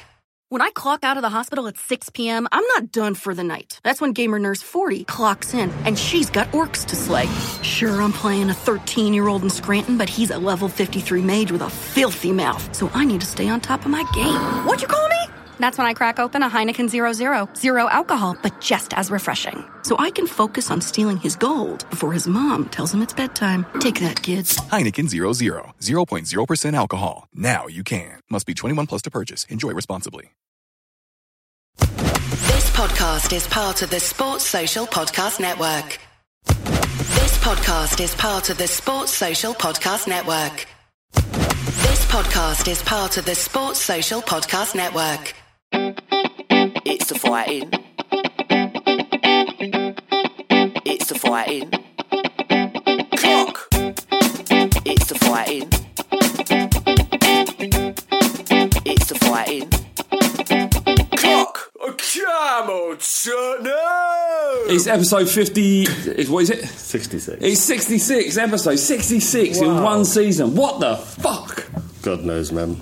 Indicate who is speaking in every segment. Speaker 1: When I clock out of the hospital at 6 p.m., I'm not done for the night. That's when Gamer Nurse 40 clocks in, and she's got orcs to slay. Sure, I'm playing a 13 year old in Scranton, but he's a level 53 mage with a filthy mouth, so I need to stay on top of my game. What'd you call me? That's when I crack open a Heineken Zero Zero, zero alcohol, but just as refreshing. So I can focus on stealing his gold before his mom tells him it's bedtime. Take that, kids.
Speaker 2: Heineken 00, 0.0% alcohol. Now you can. Must be 21 plus to purchase. Enjoy responsibly.
Speaker 3: This podcast is part of the Sports Social Podcast Network. podcast is part of the Sports Social Podcast Network. This podcast is part of the Sports Social Podcast Network.
Speaker 4: It's the fighting. It's the fighting. Clock. It's the fighting. It's the fighting. Clock.
Speaker 5: Come on, shut no!
Speaker 6: It's episode 50. Is, what is it?
Speaker 5: 66.
Speaker 6: It's 66 episode 66 in
Speaker 5: Wow.
Speaker 6: one season. What the fuck?
Speaker 5: God knows, man.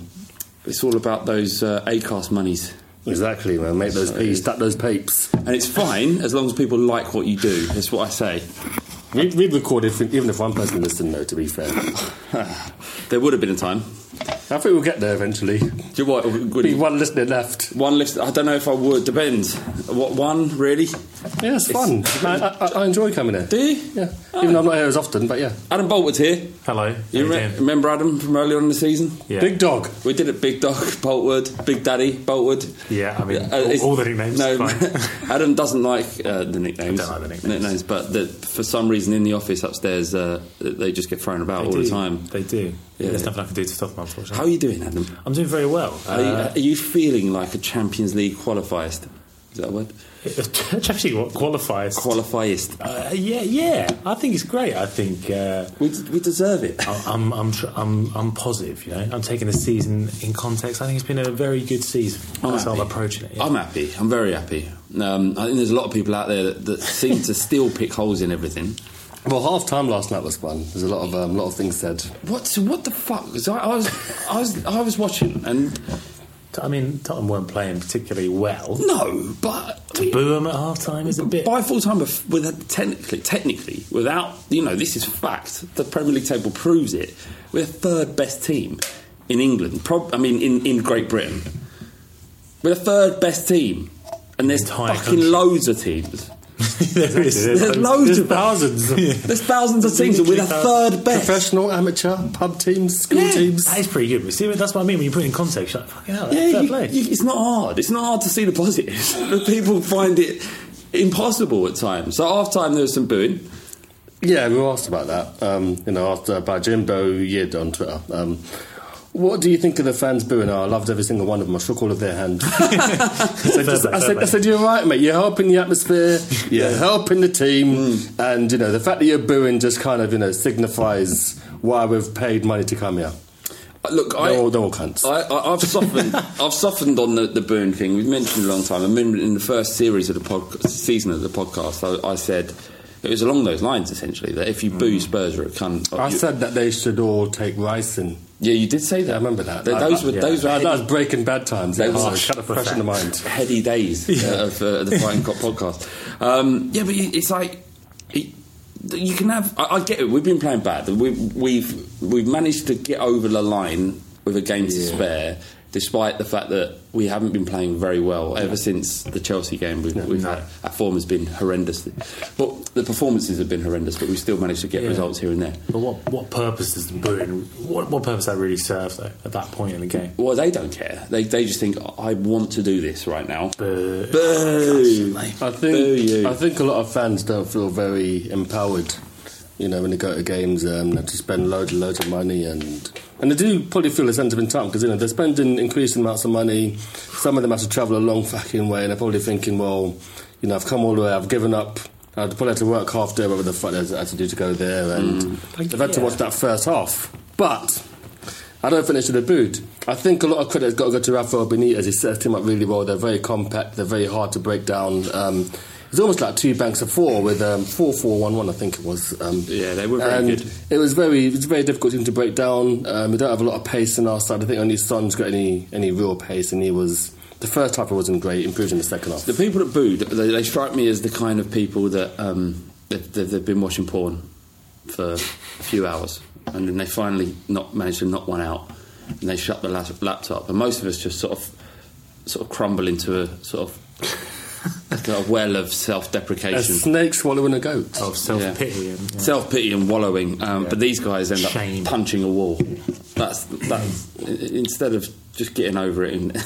Speaker 6: It's all about those uh, ACAST monies.
Speaker 5: Exactly, man. Make those
Speaker 6: So-
Speaker 5: peas, stack those papes.
Speaker 6: And it's fine as long as people like what you do. That's what I say.
Speaker 5: We've, we've recorded, for- even if one person listened, though, to be fair.
Speaker 6: There would have been a time.
Speaker 5: I think we'll get there eventually. Do
Speaker 6: you what? Would
Speaker 5: be one listener left.
Speaker 6: One list. I don't know if I would. Depends. What one really?
Speaker 5: Yeah, it's, fun. I, I, I enjoy coming here.
Speaker 6: Do you?
Speaker 5: Yeah. Even though I'm not here as often, but yeah.
Speaker 6: Adam Boltwood's here.
Speaker 7: Hello.
Speaker 6: You
Speaker 7: How you
Speaker 6: re-
Speaker 7: doing?
Speaker 6: remember Adam from earlier on in the season?
Speaker 7: Yeah. Big
Speaker 5: Dog.
Speaker 6: We did it. Big Dog, Boltwood, Big Daddy, Boltwood.
Speaker 7: Yeah, I mean,
Speaker 6: Uh,
Speaker 7: all,
Speaker 6: it's-
Speaker 7: all the nicknames.
Speaker 6: No,
Speaker 7: fine.
Speaker 6: Adam doesn't like uh, the nicknames.
Speaker 7: I don't like the nicknames.
Speaker 6: but the, for some reason in the office upstairs, uh, they just get thrown about
Speaker 7: They
Speaker 6: all
Speaker 7: do.
Speaker 6: the time.
Speaker 7: They do.
Speaker 6: Yeah.
Speaker 7: Yeah. There's nothing I can do to stop them, unfortunately.
Speaker 6: How are you doing, Adam?
Speaker 7: I'm doing very well.
Speaker 6: are, you,
Speaker 7: Uh,
Speaker 6: are you feeling like a Champions League qualifiest? Is that a word?
Speaker 7: Actually, what qualifies?
Speaker 6: Qualifiest.
Speaker 7: Uh, yeah, yeah. I think it's great. I think uh,
Speaker 6: we, we deserve it.
Speaker 7: I'm, I'm, tr- I'm, I'm positive. You know, I'm taking the season in context. I think it's been a very good season.
Speaker 6: I'm
Speaker 7: That's how I'm
Speaker 6: happy.
Speaker 7: approaching it. yeah.
Speaker 6: I'm happy. I'm very happy. Um, I think there's a lot of people out there that, that seem to still pick holes in everything.
Speaker 5: Well, half time last night was fun. There's a lot of um, lot of things said.
Speaker 6: What? So what the fuck? 'Cause I, I was, I was, I was watching, and
Speaker 7: I mean, Tottenham weren't playing particularly well.
Speaker 6: no, but
Speaker 7: To boo them at half time is a bit.
Speaker 6: by full time, with- with technically, technically, without you know, this is fact. The Premier League table proves it. We're third best team in England. Prob- I mean, in, in Great Britain, we're the third best team, and there's
Speaker 7: Entire
Speaker 6: fucking
Speaker 7: country.
Speaker 6: loads of teams.
Speaker 7: there is.
Speaker 6: There's, loads
Speaker 5: there's
Speaker 6: of
Speaker 5: thousands.
Speaker 6: There's thousands of teams, and we're the third best.
Speaker 5: Professional, amateur, pub teams, school
Speaker 6: Yeah.
Speaker 5: teams.
Speaker 7: That is pretty good. But see, that's what I mean when you put it in context. You're like, fucking hell,
Speaker 6: Yeah,
Speaker 7: fair
Speaker 6: you-
Speaker 7: play.
Speaker 6: you- it's not hard. It's not hard to see the positives. But people find it impossible at times. So half time there was some booing.
Speaker 5: Yeah, we were asked about that. Um, you know, asked uh, by Jimbo Yid on Twitter. Um, what do you think of the fans booing? Oh, I loved every single one of them. I shook all of their hands. I,
Speaker 7: Fair play,
Speaker 5: said, I,
Speaker 7: fair
Speaker 5: said, I
Speaker 7: play.
Speaker 5: said, you're right, mate. You're helping the atmosphere. You're helping the team. And, you know, the fact that you're booing just kind of, you know, signifies why we've paid money to come here.
Speaker 6: Uh, Look, I,
Speaker 5: They're all, they're all cunts.
Speaker 6: I, I, I've softened. I've softened on the, the Boone thing. We've mentioned it a long time. I mean, in the first series of the pod, season of the podcast, I, I said it was along those lines essentially that if you boo Spurs or a cunt,
Speaker 5: I
Speaker 6: you-
Speaker 5: said that they should all take ricin.
Speaker 6: yeah, you did say that.
Speaker 5: I remember that.
Speaker 6: Th- those were
Speaker 5: yeah.
Speaker 6: those were
Speaker 5: that,
Speaker 6: heady,
Speaker 5: was breaking bad times.
Speaker 6: They
Speaker 5: They
Speaker 6: were-
Speaker 5: were kind of fresh in the mind.
Speaker 6: heady days uh, of uh, the Fighting Cop podcast. Um, yeah, but you- it's like. It, you can have. I, I get it. We've been playing bad. We, we've we've managed to get over the line with a game to spare, despite the fact that we haven't been playing very well ever since the Chelsea game. We've, we've had, our form has been horrendous, but the performances have been horrendous. But we've still managed to get
Speaker 7: Yeah.
Speaker 6: results here and there.
Speaker 7: But what what purpose does the booing? What, what purpose that really serve though at that point in the game?
Speaker 6: Well, they don't care. They they just think I want to do this right now.
Speaker 7: Boo.
Speaker 6: Boo.
Speaker 5: I
Speaker 6: Boo
Speaker 5: think
Speaker 6: you.
Speaker 5: I think a lot of fans don't feel very empowered, you know, when they go to games um, they have to spend loads and loads of money and and they do probably feel a sense of entitlement because you know they're spending increasing amounts of money. Some of them have to travel a long fucking way, and they're probably thinking, well, you know, I've come all the way, I've given up. I'd probably have to work half day, whatever the fuck they had to do to go there, and they've had to
Speaker 7: Yeah.
Speaker 5: watch that first half. But I don't think they should have booed. I think a lot of credit has got to go to Rafael Benitez. He set his team up really well. They're very compact. They're very hard to break down. Um, it's almost like two banks of four with um, four four one one. I think it was. Um,
Speaker 6: Yeah, they were very
Speaker 5: and
Speaker 6: good.
Speaker 5: It was very it was a very difficult team to break down. Um, we don't have a lot of pace on our side. I think only Son's got any any real pace, and he was the first half. It wasn't great. Improved in the second half.
Speaker 6: The people that booed, they, they strike me as the kind of people that um, they've, they've, they've been watching porn for a few hours, and then they finally not manage to knock one out, and they shut the lap- laptop, and most of us just sort of sort of crumble into a sort of a sort of well of
Speaker 5: a
Speaker 6: self-deprecation.
Speaker 5: snake swallowing a goat.
Speaker 7: Of self pity and yeah.
Speaker 6: Self pity and wallowing, um, but these guys end
Speaker 7: Shame.
Speaker 6: up punching a wall. That's that's i- i- instead of just getting over it and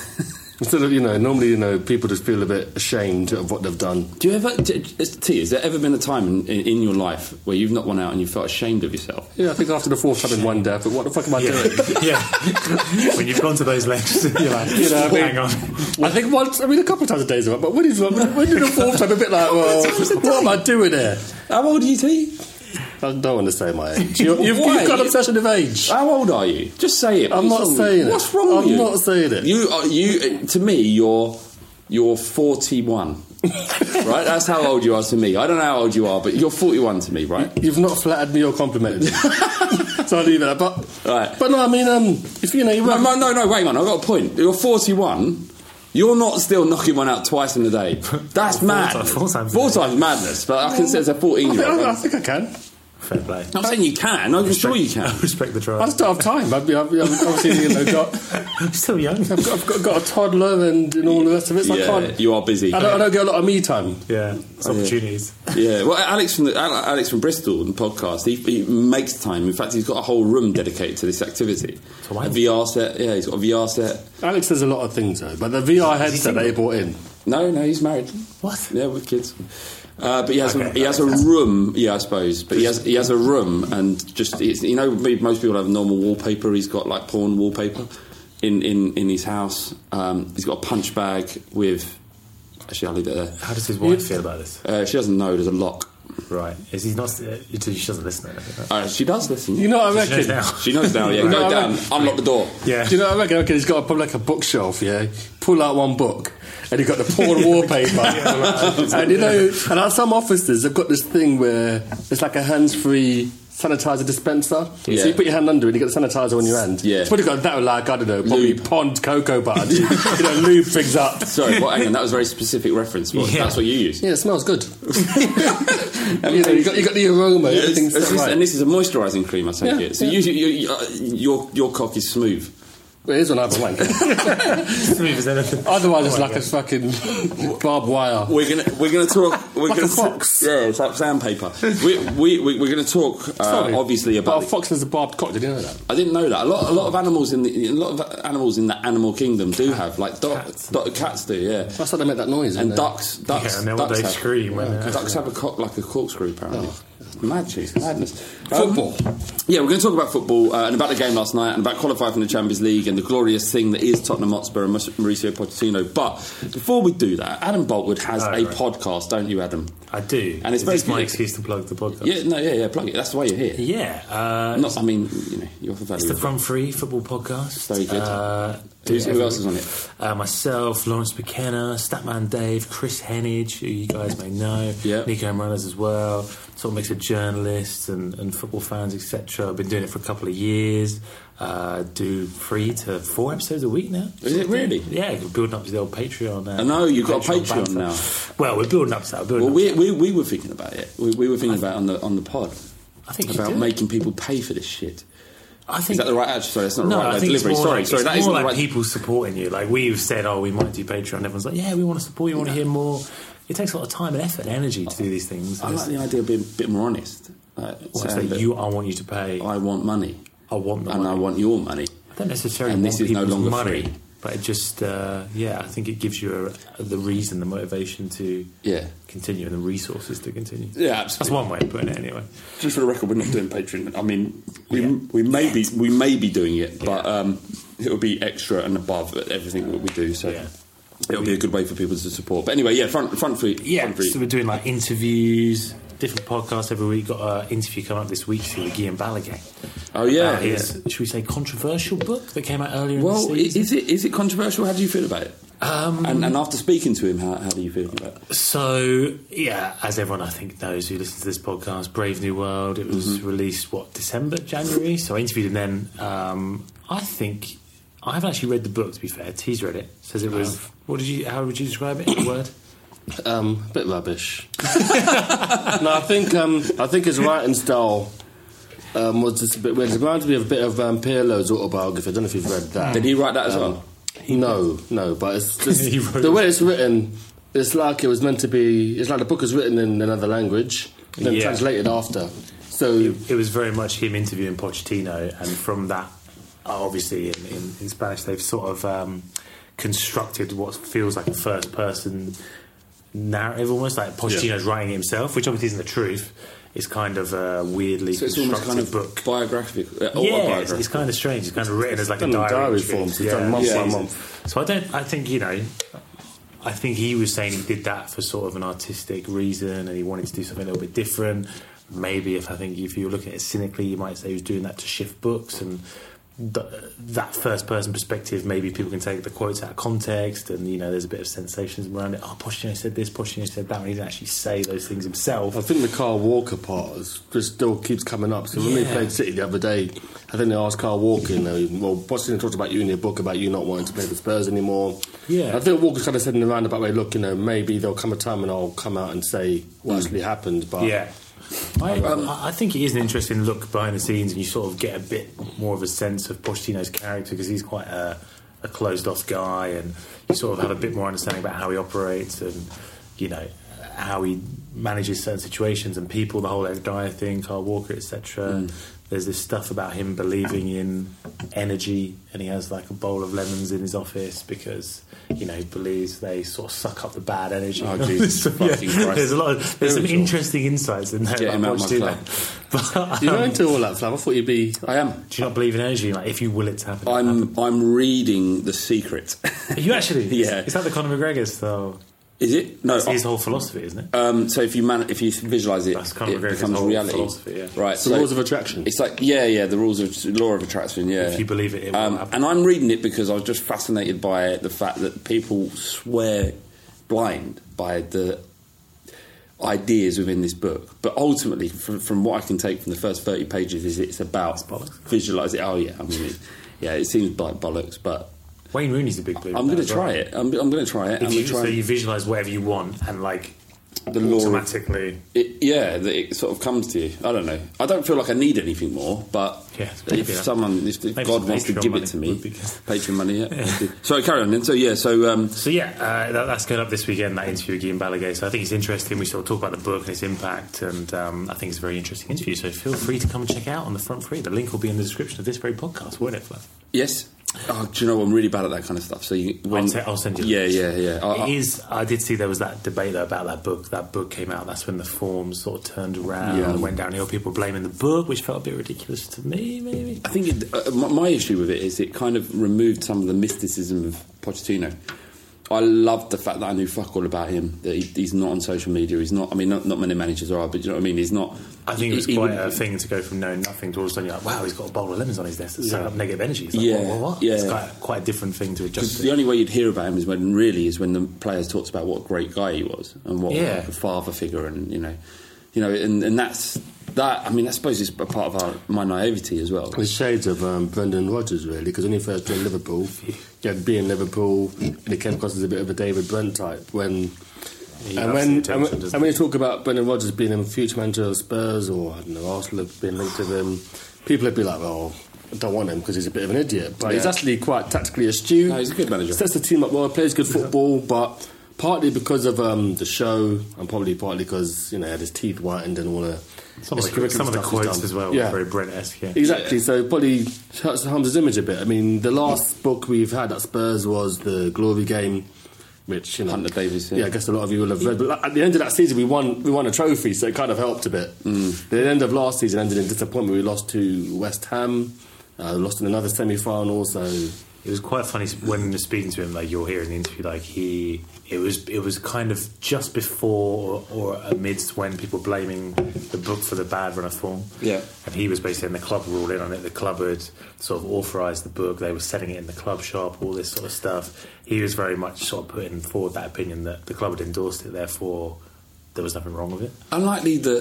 Speaker 5: Instead of you know, normally you know people just feel a bit ashamed of what they've done.
Speaker 8: Do you ever, t- t- T, has there ever been a time in, in, in your life where you've not won out and you felt ashamed of yourself?
Speaker 5: Yeah, I think after the fourth time in one day, but what the fuck am I doing?
Speaker 6: yeah, when you've gone to those lengths, you're like,
Speaker 5: You know, I mean-
Speaker 6: hang on.
Speaker 5: I think once, I mean, a couple of times a day is alright, but when, is, when, when did the fourth time a bit like, well, what am I doing here?
Speaker 8: How old are you, T?
Speaker 5: I don't want to say my age. You, you've,
Speaker 8: Why?
Speaker 5: you've got an obsession of age.
Speaker 8: How old are you? Just say it.
Speaker 5: I'm not
Speaker 8: What's wrong-
Speaker 5: saying it.
Speaker 8: What's wrong with
Speaker 5: Oh, I'm
Speaker 8: you?
Speaker 5: not saying it.
Speaker 8: You, are, you, uh, to me, you're you're 41. right, that's how old you are to me. I don't know how old you are, but you're 41 to me, right?
Speaker 5: You've not flattered me or complimented me. so I'll leave it at that. But,
Speaker 8: Right.
Speaker 5: but no, I mean, um, if you know, you
Speaker 8: No,
Speaker 5: work-
Speaker 8: no, no, no, wait, man. I've got a point. You're 41. You're not still knocking one out twice in a day. That's
Speaker 6: Four
Speaker 8: mad.
Speaker 6: times- four times a
Speaker 8: Four
Speaker 6: day.
Speaker 8: times madness. But I can say it's a 14
Speaker 5: I,
Speaker 8: year
Speaker 5: think,
Speaker 8: old.
Speaker 5: I, I
Speaker 8: I'm
Speaker 5: think I can.
Speaker 6: Fair play.
Speaker 8: not saying you can. I'm sure you can.
Speaker 6: I respect the try.
Speaker 5: I just don't have time. I've, I've, I've obviously you know, got,
Speaker 6: I'm still young.
Speaker 5: I've, got, I've got, got a toddler and, and all the rest of it, so I
Speaker 8: Yeah,
Speaker 5: can't.
Speaker 8: you are busy.
Speaker 5: I don't, I don't get a lot of me time.
Speaker 6: Yeah, it's opportunities.
Speaker 8: Yeah, well, Alex from the, Al- Alex from Bristol in the podcast, he, he makes time. In fact, he's got a whole room dedicated to this activity.
Speaker 6: To what?
Speaker 8: A VR set. Yeah, he's got a VR set.
Speaker 5: Alex does a lot of things though, but the VR headset they bought in.
Speaker 8: No, no, he's married.
Speaker 6: What?
Speaker 8: Yeah, with kids. Uh, but he has a,
Speaker 6: Okay,
Speaker 8: he has a room. Yeah, I suppose. But he has he has a room and just it's, you know me- most people have normal wallpaper. He's got like porn wallpaper in in in his house. Um, he's got a punch bag with. Actually, I'll leave it there.
Speaker 6: How does his wife feel about this?
Speaker 8: Uh, she doesn't know. There's a lock.
Speaker 6: Right. Is he not? Uh, she doesn't listen. I think, right?
Speaker 8: Uh, she does listen.
Speaker 5: You know what I
Speaker 6: She knows
Speaker 5: reckon?
Speaker 6: now.
Speaker 8: She knows now, yeah.
Speaker 5: Right.
Speaker 8: Go
Speaker 5: No,
Speaker 8: down, unlock the door.
Speaker 6: Yeah.
Speaker 5: Do you know what I reckon? I reckon he's got a, probably like a bookshelf, yeah. Pull out one book, and you've got the porn wallpaper. and you know, and at some offices, they've got this thing where it's like a hands free sanitizer dispenser.
Speaker 8: Yeah.
Speaker 5: So you put your hand under it, and you get the sanitizer on your hand.
Speaker 8: Yeah.
Speaker 5: It's probably got that, like, I don't know, probably
Speaker 8: Lube.
Speaker 5: pond cocoa butter. you know, lube things up.
Speaker 8: Sorry, well, hang on, that was a very specific reference. What,
Speaker 6: Yeah.
Speaker 8: That's what you use.
Speaker 5: Yeah, it smells good. you know, you got, you got the aroma,
Speaker 8: Yeah, it's-
Speaker 5: everything's
Speaker 8: it's-
Speaker 5: set right.
Speaker 8: And this is a moisturising cream, I take
Speaker 5: Yeah,
Speaker 8: it. So
Speaker 5: yeah.
Speaker 8: you, you, you, uh, your, your cock is smooth.
Speaker 5: Well, it is on either wank.
Speaker 6: Smooth as anything.
Speaker 5: Otherwise, it's
Speaker 6: Oh my
Speaker 5: like a fucking barbed wire.
Speaker 8: We're gonna we're gonna talk. We're
Speaker 5: Like
Speaker 8: gonna
Speaker 5: a fox.
Speaker 8: Talk, yeah, it's like sandpaper. we, we, we, we're gonna talk uh,
Speaker 5: Sorry.
Speaker 8: obviously
Speaker 5: But
Speaker 8: about.
Speaker 5: a fox has a barbed cock. Did you know that?
Speaker 8: I didn't know that. A lot, a lot of animals in the, a lot of animals in the animal kingdom do have like do-
Speaker 6: Cats.
Speaker 8: do- cats do, yeah.
Speaker 5: That's how they make that noise.
Speaker 8: And
Speaker 5: isn't it?
Speaker 8: ducks, ducks,
Speaker 6: Yeah, and then
Speaker 8: ducks
Speaker 6: they
Speaker 8: have,
Speaker 6: scream when they're-
Speaker 8: ducks have a cock like a corkscrew, apparently. Mad cheese, madness.
Speaker 5: Football.
Speaker 8: Oh. Um, yeah, we're going to talk about football uh, and about the game last night and about qualifying for the Champions League and the glorious thing that is Tottenham Hotspur and Mas- Mauricio Pochettino. But before we do that, Adam Boltwood has
Speaker 6: Oh,
Speaker 8: a
Speaker 6: right.
Speaker 8: podcast, don't you, Adam?
Speaker 6: I do.
Speaker 8: And it's
Speaker 6: Is this
Speaker 8: basically-
Speaker 6: my excuse to plug the podcast.
Speaker 8: Yeah, no, yeah, yeah. Plug it. That's why you're here.
Speaker 6: Yeah, Uh,
Speaker 8: Not, I mean, you know, you're for value.
Speaker 6: It's the Front Free Football Podcast.
Speaker 8: Very good.
Speaker 6: Uh,
Speaker 8: Who's-
Speaker 6: yeah,
Speaker 8: who else is on it?
Speaker 6: Uh, myself, Lawrence McKenna, Statman Dave, Chris Hennage, who you guys may know,
Speaker 8: Yeah.
Speaker 6: Nico Morales as well. Sort of mix of journalists and, and football fans, etc. I've been doing it for a couple of years. Uh, do three to four episodes a week now.
Speaker 8: Is it really?
Speaker 6: Yeah, we're building up to the old Patreon now.
Speaker 8: I know, you've got a Patreon
Speaker 6: banter.
Speaker 8: now.
Speaker 6: Well, we're building up to that. We're building
Speaker 8: well,
Speaker 6: up to
Speaker 8: we, we, we were thinking about it. We, we were thinking about it on the on the pod
Speaker 6: that. I think you
Speaker 8: about
Speaker 6: do.
Speaker 8: making people pay for this shit.
Speaker 6: I think
Speaker 8: Is that the right action? Sorry, that's not the
Speaker 6: no,
Speaker 8: right
Speaker 6: I
Speaker 8: way of
Speaker 6: think
Speaker 8: delivery.
Speaker 6: It's more
Speaker 8: Sorry,
Speaker 6: like,
Speaker 8: sorry,
Speaker 6: it's
Speaker 8: that is
Speaker 6: more
Speaker 8: not the
Speaker 6: like
Speaker 8: right-
Speaker 6: people supporting you. Like we've said, oh, we might do Patreon. Everyone's like, yeah, we want to support you. We want to hear more. It takes a lot of time and effort and energy to do these things.
Speaker 8: I like the idea of being a bit more honest.
Speaker 6: Well,
Speaker 8: Like,
Speaker 6: it's
Speaker 8: saying
Speaker 6: like,
Speaker 8: that
Speaker 6: you, I want you to pay. I,
Speaker 8: I want money,
Speaker 6: want the
Speaker 8: and
Speaker 6: money.
Speaker 8: I want your money.
Speaker 6: I don't necessarily
Speaker 8: and
Speaker 6: want
Speaker 8: this is no
Speaker 6: people's
Speaker 8: longer
Speaker 6: money,
Speaker 8: free.
Speaker 6: but it just uh, yeah, I think it gives you a, the reason, the motivation to
Speaker 8: Yeah.
Speaker 6: continue, and the resources to continue.
Speaker 8: Yeah,
Speaker 6: That's
Speaker 8: absolutely.
Speaker 6: one way of putting it, anyway.
Speaker 8: Just for the record, we're not doing Patreon. I mean, we, we may be we may be doing it, but um, it will be extra and above everything that we do. So
Speaker 6: Yeah.
Speaker 8: it'll be a good way for people to support. But anyway, yeah, front front free.
Speaker 6: Yeah,
Speaker 8: front free.
Speaker 6: so we're doing like interviews, different podcasts every week. Got an interview coming up this week through Guillaume Balaguer.
Speaker 8: Oh, yeah,
Speaker 6: About his,
Speaker 8: yeah.
Speaker 6: should we say, controversial book that came out earlier
Speaker 8: well,
Speaker 6: in
Speaker 8: i-
Speaker 6: the season?
Speaker 8: is it is it controversial? How do you feel about it? Um, and, and after speaking to him, how, how do you feel about it?
Speaker 6: So, yeah, as everyone I think knows who listens to this podcast, Brave New World, it was
Speaker 8: Mm-hmm.
Speaker 6: released, what, December, January? So I interviewed him then. Um, I think, I haven't actually read the book, to be fair. T's read it. Says it was, what did you, how would you describe it in a word?
Speaker 5: Um, bit rubbish. no, I think um, I think his writing style um, was just a bit weird. It reminds me of a bit of um, Pirlo's autobiography. I don't know if you've read that.
Speaker 8: Did he write that as
Speaker 5: Um,
Speaker 8: well?
Speaker 5: No, no. But it's just
Speaker 6: He wrote
Speaker 5: the way it's written. It's like it was meant to be. It's like the book is written in another language, then
Speaker 6: Yeah.
Speaker 5: translated after. So
Speaker 6: it was very much him interviewing Pochettino, and from that, obviously in, in, in Spanish, they've sort of um, constructed what feels like a first person narrative almost like Pochettino's writing it himself, which obviously isn't the truth. It's kind of a weirdly
Speaker 8: So it's almost
Speaker 6: constructed
Speaker 8: kind of
Speaker 6: book.
Speaker 8: biographical. Uh,
Speaker 6: Yeah, it's,
Speaker 8: autobiographical.
Speaker 6: it's kind of strange. It's kind of written as like a
Speaker 5: Done in
Speaker 6: diary,
Speaker 5: diary
Speaker 6: entry.
Speaker 5: form, so it's done month by
Speaker 6: seasons.
Speaker 5: month.
Speaker 6: So I don't. I think you know. I think he was saying he did that for sort of an artistic reason, and he wanted to do something a little bit different. Maybe if I think if you were looking at it cynically, you might say he was doing that to shift books and. Th- that first person perspective, maybe people can take the quotes out of context, and you know, there's a bit of sensationalism around it. Oh, Pochettino said this, Pochettino said that, and he didn't actually say those things himself.
Speaker 5: I think the Carl Walker part is just still keeps coming up. So when we
Speaker 6: Yeah.
Speaker 5: played City the other day, I think they asked Carl Walker, you know, well, Boston talked about you in your book about you not wanting to play for Spurs anymore.
Speaker 6: Yeah.
Speaker 5: I think Walker kind of said in a roundabout way, look, you know, maybe there'll come a time when I'll come out and say
Speaker 6: Hmm.
Speaker 5: what actually happened. But
Speaker 6: Yeah. I, um, I I think it is an interesting look behind the scenes, and you sort of get a bit more of a sense of Pochettino's character because he's quite a, a closed-off guy, and you sort of have a bit more understanding about how he operates and you know how he manages certain situations and people. The whole guy thing, Carl Walker, etc.
Speaker 8: Mm.
Speaker 6: There's this stuff about him believing in energy, and he has like a bowl of lemons in his office because you know he believes they sort of suck up the bad energy.
Speaker 8: Oh, Jesus
Speaker 6: So, yeah,
Speaker 8: fucking Christ.
Speaker 6: There's a lot. Of, there's some
Speaker 8: Spiritual.
Speaker 6: interesting insights in there. about
Speaker 8: Get him out of my
Speaker 6: Pochettino. But, um,
Speaker 5: you know into all that, Flav? I thought you'd be.
Speaker 8: I am.
Speaker 6: Do you not believe in energy? Like if you will it to happen, it happens.
Speaker 8: I'm I'm reading The Secret.
Speaker 6: Are you actually?
Speaker 8: Yeah.
Speaker 6: Is that the Conor McGregor though?
Speaker 8: Is it? No.
Speaker 6: It's his whole philosophy, isn't it?
Speaker 8: Um, so if you man- if you visualize it,
Speaker 6: That's Conor
Speaker 8: it
Speaker 6: McGregor's
Speaker 8: becomes
Speaker 6: whole
Speaker 8: reality.
Speaker 6: philosophy, yeah.
Speaker 8: Right.
Speaker 5: It's the
Speaker 8: so
Speaker 5: laws of attraction.
Speaker 8: It's like yeah, yeah. The rules of law of attraction. Yeah.
Speaker 6: If you believe it, it will
Speaker 8: um,
Speaker 6: happen.
Speaker 8: and I'm reading it because I was just fascinated by the fact that people swear blind by the ideas within this book. But ultimately, from, from what I can take from the first 30 pages, is it's about visualize it. Oh yeah, I mean, it, yeah, it seems like bollocks, but
Speaker 6: Wayne Rooney's a big believer.
Speaker 8: I'm
Speaker 6: in that
Speaker 8: going
Speaker 6: as
Speaker 8: to try
Speaker 6: well.
Speaker 8: it. I'm, I'm going to try it. I'm
Speaker 6: If
Speaker 8: gonna
Speaker 6: you,
Speaker 8: try
Speaker 6: so
Speaker 8: and-
Speaker 6: you visualize whatever you want and like
Speaker 8: The law of-
Speaker 6: automatically.
Speaker 8: it, yeah, that it sort of comes to you. I don't know. I don't feel like I need anything more, but
Speaker 6: Yeah,
Speaker 8: if
Speaker 6: maybe that-
Speaker 8: someone, if, if
Speaker 6: maybe
Speaker 8: God
Speaker 6: some
Speaker 8: wants to
Speaker 6: Patreon
Speaker 8: give
Speaker 6: money
Speaker 8: it to me,
Speaker 6: would be good.
Speaker 8: Patreon money. Yeah. so carry on then. So yeah, so um,
Speaker 6: So yeah, uh, that, that's going up this weekend. That interview with Guillaume Balaguer. So I think it's interesting. We sort of talk about the book and its impact, and um, I think it's a very interesting interview. So feel free to come and check it out on the front three. The link will be in the description of this very podcast, won't it, Flo?
Speaker 8: yes. Oh, do you know I'm really bad at that kind of stuff? So you, when
Speaker 6: I'll, te- I'll send you. the
Speaker 8: Yeah,
Speaker 6: links.
Speaker 8: yeah, yeah. I, I-
Speaker 6: It is. I did see there was that debate though about that book. That book came out. That's when the forms sort of turned around
Speaker 8: Yeah.
Speaker 6: and went downhill. People blaming the book, which felt a bit ridiculous to me. Maybe.
Speaker 8: I think it, uh, my, my issue with it is it kind of removed some of the mysticism of Pochettino. I loved the fact that I knew fuck all about him. That he, he's not on social media. He's not. I mean, not, not many managers are, but you know what I mean. He's not.
Speaker 6: I think
Speaker 8: he-
Speaker 6: it was
Speaker 8: he
Speaker 6: quite
Speaker 8: wouldn't-
Speaker 6: a thing to go from knowing nothing to all of a sudden you're like, wow, he's got a bowl of lemons on his desk to suck
Speaker 8: Yeah.
Speaker 6: up negative energy. It's like,
Speaker 8: Yeah,
Speaker 6: what, what, what?
Speaker 8: yeah.
Speaker 6: It's quite, quite a different thing to adjust.
Speaker 8: 'Cause
Speaker 6: to.
Speaker 8: the only way you'd hear about him is when really is when the players talked about what a great guy he was and what
Speaker 6: Yeah.
Speaker 8: like a father figure and you know, you know, and, and that's that. I mean, I suppose it's a part of our, my naivety as well.
Speaker 5: The shades of um, Brendan Rodgers, really, because when he first joined Liverpool, you had being Liverpool, and he came across as a bit of a David Brent type. When
Speaker 6: He loves
Speaker 5: and when
Speaker 6: the
Speaker 5: and,
Speaker 6: attention,
Speaker 5: when-
Speaker 6: doesn't
Speaker 5: and when you talk about Brendan Rodgers being a future manager of Spurs or I don't know Arsenal have been linked with him, people would be like, "Well, I don't want him because he's a bit of an idiot." But he's
Speaker 8: Yeah.
Speaker 5: actually quite tactically astute.
Speaker 8: No, he's a good manager.
Speaker 5: Sets the team up well. Plays good football, but partly because of um, the show, and probably partly because you know he had his teeth whitened and all the
Speaker 6: Some of the-
Speaker 5: extracurricular
Speaker 6: some of the
Speaker 5: stuff he's
Speaker 6: quotes
Speaker 5: done.
Speaker 6: as well were
Speaker 5: Yeah.
Speaker 6: very Brent-esque. Yeah.
Speaker 5: Exactly. So probably hurts harms his image a bit. I mean, the last book we've had at Spurs was the Glory Game, which you know,
Speaker 8: Hunter Davies, yeah.
Speaker 5: Yeah. I guess a lot of you will have read. But at the end of that season, we won. We won a trophy, so it kind of helped a bit. The end of last season ended in disappointment. We lost to West Ham. Uh, lost in another semi-final. So
Speaker 6: It was quite funny when you're speaking to him. Like you'll hear in the interview, like he, it was, it was kind of just before or, amidst when people blaming the book for the bad run of form.
Speaker 8: Yeah.
Speaker 6: and he was basically, and the club were all in on it. The club had sort of authorised the book. They were selling it in the club shop, all this sort of stuff. He was very much sort of putting forward that opinion that the club had endorsed it. Therefore, there was nothing wrong with it.
Speaker 8: Unlikely that.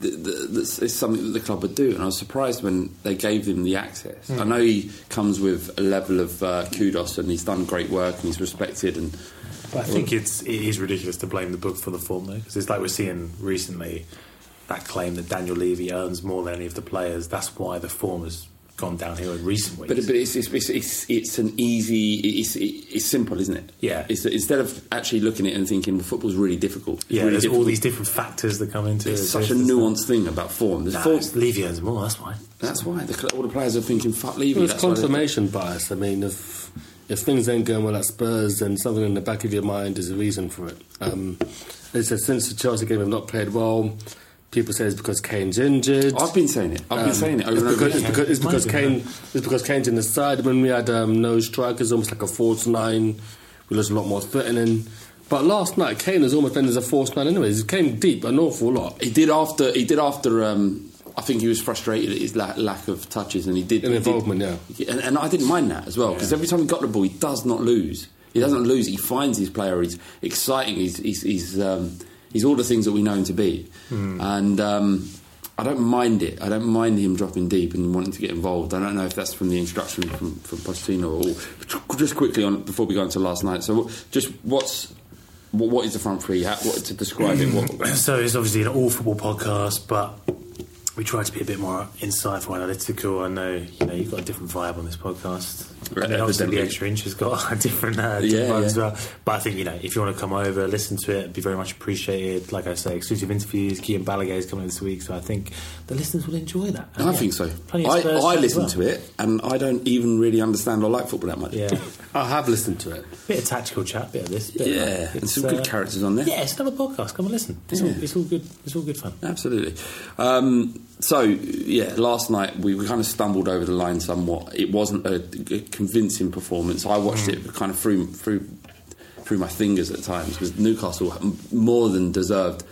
Speaker 8: th- th- That's it's something that the club would do, and I was surprised when they gave him the access.
Speaker 6: Hmm.
Speaker 8: I know he comes with a level of uh, kudos, and he's done great work, and he's respected, and
Speaker 6: But I think it's it is ridiculous to blame the book for the form though, because it's like we're seeing recently that claim that Daniel Levy earns more than any of the players. That's why the form has gone downhill in recent weeks.
Speaker 8: But, but it's, it's, it's, it's, it's an easy, it's, it's simple, isn't it?
Speaker 6: Yeah.
Speaker 8: It's, instead of actually looking at it and thinking, well, football's really difficult. It's
Speaker 6: yeah,
Speaker 8: really
Speaker 6: there's all
Speaker 8: difficult.
Speaker 6: these different factors that come into it.
Speaker 8: It's such a
Speaker 6: There's-
Speaker 8: nuanced thing about form. There's
Speaker 6: Nah,
Speaker 8: form-
Speaker 6: it's- Levy earns more. That's why.
Speaker 8: That's why the, cl- all the players are thinking, fuck Levy.
Speaker 5: it was
Speaker 8: that's why they-
Speaker 5: confirmation bias. I mean, if if things ain't going well at Spurs, then something in the back of your mind is a reason for it. Um, they said since the Chelsea game have not played well, people say it's because Kane's injured.
Speaker 8: I've been saying it.
Speaker 5: Um,
Speaker 8: I've been saying it over
Speaker 5: it's
Speaker 8: and over
Speaker 5: because,
Speaker 8: again.
Speaker 5: It's because, it's
Speaker 8: Might
Speaker 5: because
Speaker 8: be,
Speaker 5: Kane. It's because Kane's in the side. When we had um, no strikers, almost like a false nine, we looked a lot more threatening. But last night, Kane has almost been as a false nine. Anyways, he came deep an awful lot.
Speaker 8: He did after. He did after. Um, I think he was frustrated at his la- lack of touches, and he did
Speaker 5: And
Speaker 8: he did-
Speaker 5: involvement, yeah.
Speaker 8: And, and I didn't mind that as well because every time he got the ball, he does not lose. He doesn't lose. He finds his player. He's exciting. He's he's he's, um, he's all the things that we know him to be.
Speaker 6: Hmm.
Speaker 8: And um, I don't mind it. I don't mind him dropping deep and wanting to get involved. I don't know if that's from the instruction from, from Pochettino or just quickly on before we go into last night. So just what's what, what is the front three? How, what to describe it? What,
Speaker 6: so it's obviously an all football podcast, but we try to be a bit more insightful, and analytical. I know you know you've got a different vibe on this podcast,
Speaker 8: Right,
Speaker 6: and then obviously
Speaker 8: evidently.
Speaker 6: the extra inch has got a different, uh, different
Speaker 8: Yeah,
Speaker 6: vibe as
Speaker 8: yeah.
Speaker 6: well. But I think you know if you want to come over, listen to it, it'd be very much appreciated. Like I say, exclusive interviews. Guillaume Balaguer is coming this week, so I think the listeners will enjoy that.
Speaker 8: I think so. I,
Speaker 6: Plenty of Spurs
Speaker 8: I
Speaker 6: fans
Speaker 8: listen
Speaker 6: as
Speaker 8: to it, and I don't even really understand or like football that much.
Speaker 6: Yeah.
Speaker 5: I have listened to it.
Speaker 6: Bit of tactical chat, bit of this. Bit
Speaker 8: Yeah,
Speaker 6: of that.
Speaker 8: and
Speaker 6: It's,
Speaker 8: some good
Speaker 6: uh,
Speaker 8: characters on there.
Speaker 6: Yeah, it's another podcast. Come and listen. It's, all,
Speaker 8: Yeah.
Speaker 6: it's all good. It's all good fun.
Speaker 8: Absolutely. Um, so, yeah, last night we, we kind of stumbled over the line somewhat. It wasn't a, a convincing performance. I watched it kind of through, through, through my fingers at times because Newcastle m- more than deserved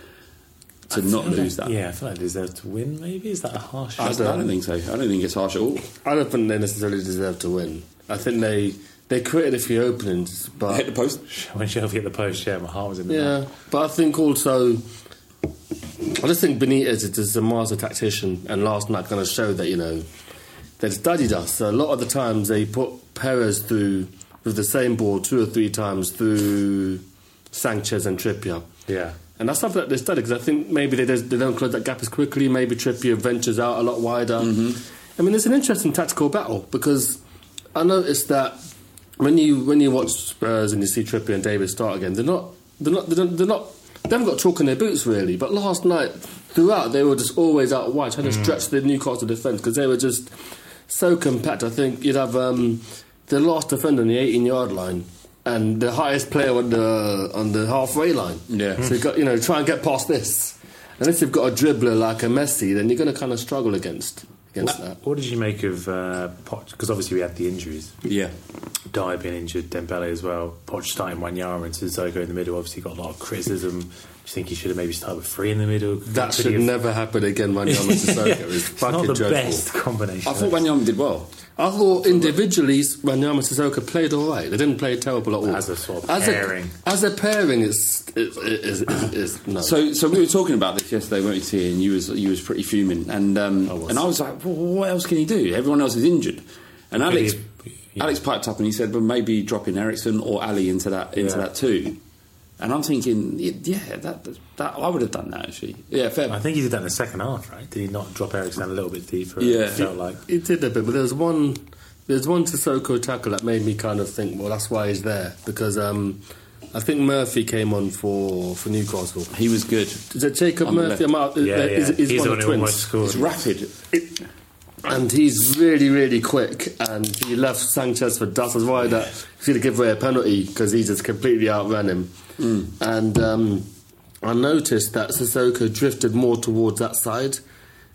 Speaker 8: to not lose that.
Speaker 6: Yeah, I feel like they deserve to win. Maybe is that a harsh?
Speaker 8: I, don't, I don't think so. I don't think it's harsh at all.
Speaker 5: I don't think they necessarily deserve to win. I think they they created a few openings, but
Speaker 8: Hit the post.
Speaker 6: When Shelby hit the post, yeah, my heart was in the
Speaker 5: Yeah, but I think also, I just think Benitez is just a master tactician, and last night kind of showed that you know they've studied us. So a lot of the times they put Perez through with the same ball two or three times through Sanchez and Trippier.
Speaker 6: Yeah.
Speaker 5: And that's something that they study because I think maybe they, just- they don't close that gap as quickly. Maybe Trippier ventures out a lot wider. I mean, it's an interesting tactical battle because I noticed that when you when you watch Spurs and you see Trippier and Davis start again, they're not they're not they, don't, they're not they haven't got chalk in their boots really. But last night throughout they were just always out wide trying to stretch the Newcastle defence because they were just so compact. I think you'd have um, the last defender on the 18 yard line and the highest player on the on the halfway line.
Speaker 8: Yeah.
Speaker 5: So you got you know try and get past this. Unless you've got a dribbler like a Messi, then you're going to kind of struggle against against that.
Speaker 6: What did you make of uh, Poch? Because obviously we had the injuries.
Speaker 8: Yeah.
Speaker 6: Dye being injured, Dembele as well. Poch starting Wanyama and Sissoko in the middle. Obviously got a lot of criticism. Do you think he should have maybe started with three in the middle?
Speaker 5: That
Speaker 6: Could he
Speaker 5: should
Speaker 6: have-
Speaker 5: never happen again, Wanyama Sissoko. It's
Speaker 6: It's
Speaker 5: fucking
Speaker 6: not the
Speaker 5: dreadful.
Speaker 6: best combination.
Speaker 8: I thought Wanyama did well.
Speaker 5: I thought individually Wanyama Sissoko played all right. They didn't play terrible at all.
Speaker 6: As a sort of
Speaker 5: as
Speaker 6: pairing.
Speaker 5: A, as a pairing, it's, it's, it's, it's, it's no.
Speaker 8: So, so we were talking about this yesterday, weren't we, T? And you was you was pretty fuming, and um, and I was like, well, what else can he do? Everyone else is injured, and
Speaker 6: Maybe
Speaker 8: Alex Alex piped up and he said, well, maybe dropping Ericsson or Ali into that into
Speaker 6: Yeah.
Speaker 8: that too. And I'm thinking, y- yeah, that, that I would have done that actually. Yeah, fair.
Speaker 6: I think he did that in the second half, right? Did he not drop Ericsson a little bit deeper?
Speaker 8: Yeah.
Speaker 6: It felt like.
Speaker 5: It did a bit, but there's one there's one Sissoko tackle that made me kind of think, well, that's why he's there because um, I think Murphy came on for for Newcastle.
Speaker 8: He was good.
Speaker 5: Is it Jacob
Speaker 8: On the left.
Speaker 5: Murphy? Am I, is,
Speaker 6: Yeah, yeah.
Speaker 5: is, is
Speaker 6: He's the one
Speaker 5: one of the
Speaker 6: who
Speaker 5: twins.
Speaker 6: almost scored.
Speaker 8: He's rapid.
Speaker 5: and he's really, really quick. And he left Sanchez for dust. That's why that he's going to give away a penalty because he just completely outran him. And um, I noticed that Sissoko drifted more towards that side,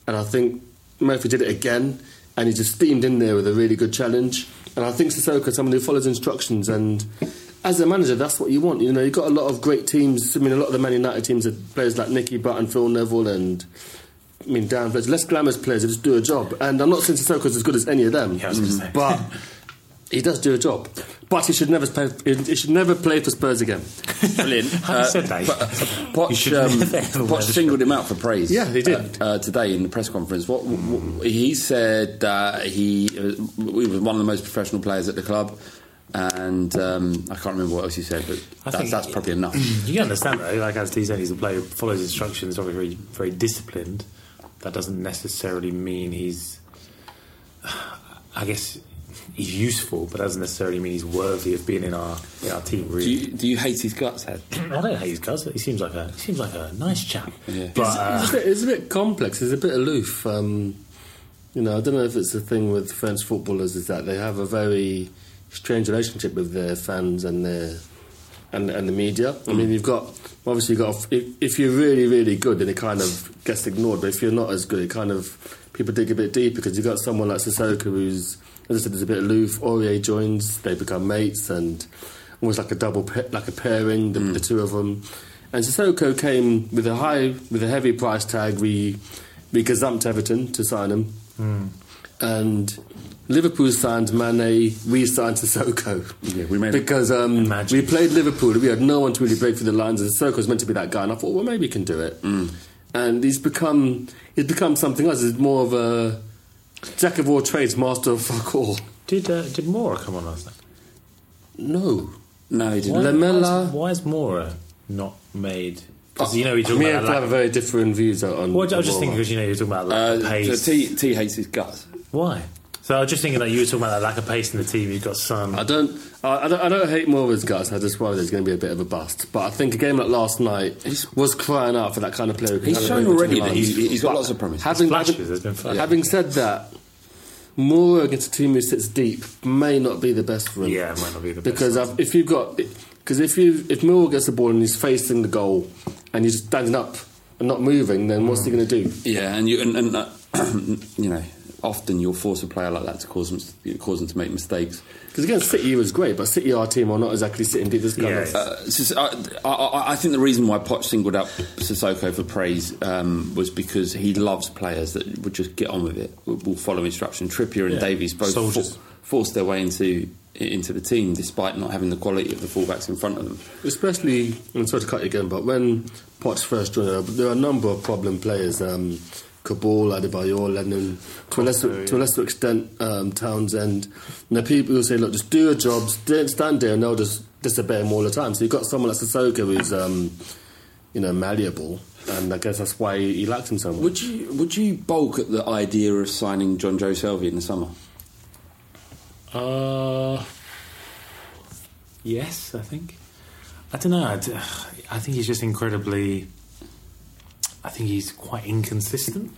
Speaker 5: and I think Murphy did it again, and he just steamed in there with a really good challenge. And I think Sissoko, is someone who follows instructions, and as a manager, that's what you want. You know, you've got a lot of great teams. I mean, a lot of the Man United teams are players like Nicky Butt and Phil Neville and I mean, down players, less glamorous players who just do a job. And I'm not saying Sissoko's as good as any of them,
Speaker 6: Yeah, I was gonna say.
Speaker 5: but he does do a job. But he should never play. He should never play for Spurs again.
Speaker 8: Brilliant.
Speaker 6: Having said that,
Speaker 8: but, uh,
Speaker 6: you
Speaker 8: Poch,
Speaker 6: should
Speaker 8: um,
Speaker 6: never ever wear
Speaker 8: Poch
Speaker 6: the
Speaker 8: singled him out for praise.
Speaker 5: Yeah, he did.
Speaker 8: uh, uh, today in the press conference. What, what he said that he, uh, he was one of the most professional players at the club, and um, I can't remember what else he said,
Speaker 6: I
Speaker 8: but that's,
Speaker 6: think-
Speaker 8: that's probably enough.
Speaker 6: You can understand that. Like as T said, he's a player who follows instructions, obviously very, very disciplined. That doesn't necessarily mean he's, I guess, he's useful, but doesn't necessarily mean he's worthy of being in our in our team.
Speaker 8: do,
Speaker 6: Really,
Speaker 8: you, do you hate his guts, Ed?
Speaker 6: I don't hate his cousin. He seems like a he seems like a nice chap.
Speaker 8: Yeah.
Speaker 6: But uh,
Speaker 5: it's, a bit, it's a bit complex. It's a bit aloof. Um, you know, I don't know if it's the thing with French footballers is that they have a very
Speaker 8: strange relationship with their fans and their and, and the media. I mean, you've got obviously you've got if, if you're really really good, then it kind of gets ignored. But if you're not as good, it kind of people dig a bit deeper because you've got someone like Sissoko who's as I said, is a bit aloof. Aurier joins, they become mates, and almost like a double pa- like a pairing the, the two of them. And Sissoko came with a high with a heavy price tag. We we gazumped Everton to sign him, and Liverpool signed Mane, we signed Sissoko. Yeah, we
Speaker 5: made-
Speaker 8: because um, we played Liverpool. We had no one to really break through the lines, and Sissoko was meant to be that guy. And I thought, well, maybe he can do it. And he's become he's become something else. He's more of a jack of all trades, master of fuck all.
Speaker 6: Did uh, did Mora come on last night?
Speaker 8: No,
Speaker 5: no, he
Speaker 6: Why-
Speaker 8: Lamella.
Speaker 6: Why is, why is Mora not made? Because you know he's talking
Speaker 8: me and
Speaker 6: about
Speaker 8: Phil have
Speaker 6: like,
Speaker 8: very different views on.
Speaker 6: Well, I was just
Speaker 8: on-
Speaker 6: thinking because you know you were talking about lack
Speaker 5: Uh,
Speaker 6: of pace.
Speaker 5: so T, T hates his guts.
Speaker 6: Why? So I was just thinking that you were talking about that lack of pace in the team. You've got Son.
Speaker 8: I don't, I, I don't, I don't hate Morva's guts. I just worry there's going to be a bit of a bust. But I think a game like last night was crying out for that kind of player. who can
Speaker 5: He's
Speaker 8: kind of
Speaker 5: shown
Speaker 8: break
Speaker 5: already
Speaker 8: between the
Speaker 5: that he's-
Speaker 8: lines.
Speaker 5: he's got
Speaker 8: But
Speaker 5: lots of promise.
Speaker 8: Having,
Speaker 6: Flashes,
Speaker 8: having-
Speaker 6: there's been flashes.
Speaker 8: having said that, Mora against a team who sits deep may not be the best for him.
Speaker 6: Yeah, it might not be the best.
Speaker 8: because I've, if you've got because if you if Millwall gets the ball and he's facing the goal and he's standing up and not moving, then what's he going to do?
Speaker 5: Yeah, and you and, and uh, you know, often you'll force a player like that to cause them, cause them to make mistakes.
Speaker 8: Because against City he was great, but City our team are not exactly sitting deep. This kind of
Speaker 5: Uh, Sis- I, I, I think the reason why Poch singled out Sissoko for praise um, was because he loves players that would just get on with it, will, will follow instruction. Trippier and
Speaker 6: Yeah.
Speaker 5: Davies both
Speaker 6: Soldiers.
Speaker 5: for, forced their way into into the team despite not having the quality of the fullbacks in front of them.
Speaker 8: Especially, I'm sorry to cut you again, but when Potts first joined, uh, there were a number of problem players. Um, Cabal, Adebayor, Lennon, to a lesser, to a lesser extent, um, Townsend. And the people who say, look, just do your jobs, don't stand there, and they'll just disobey them all the time. So you've got someone like Sissoko who's, um, you know, malleable, and I guess that's why he, he likes him so much.
Speaker 5: Would you would you balk at the idea of signing John Joe Selvey in the summer?
Speaker 6: Uh, yes, I think. I don't know. I, d- I think he's just incredibly. I think he's quite inconsistent.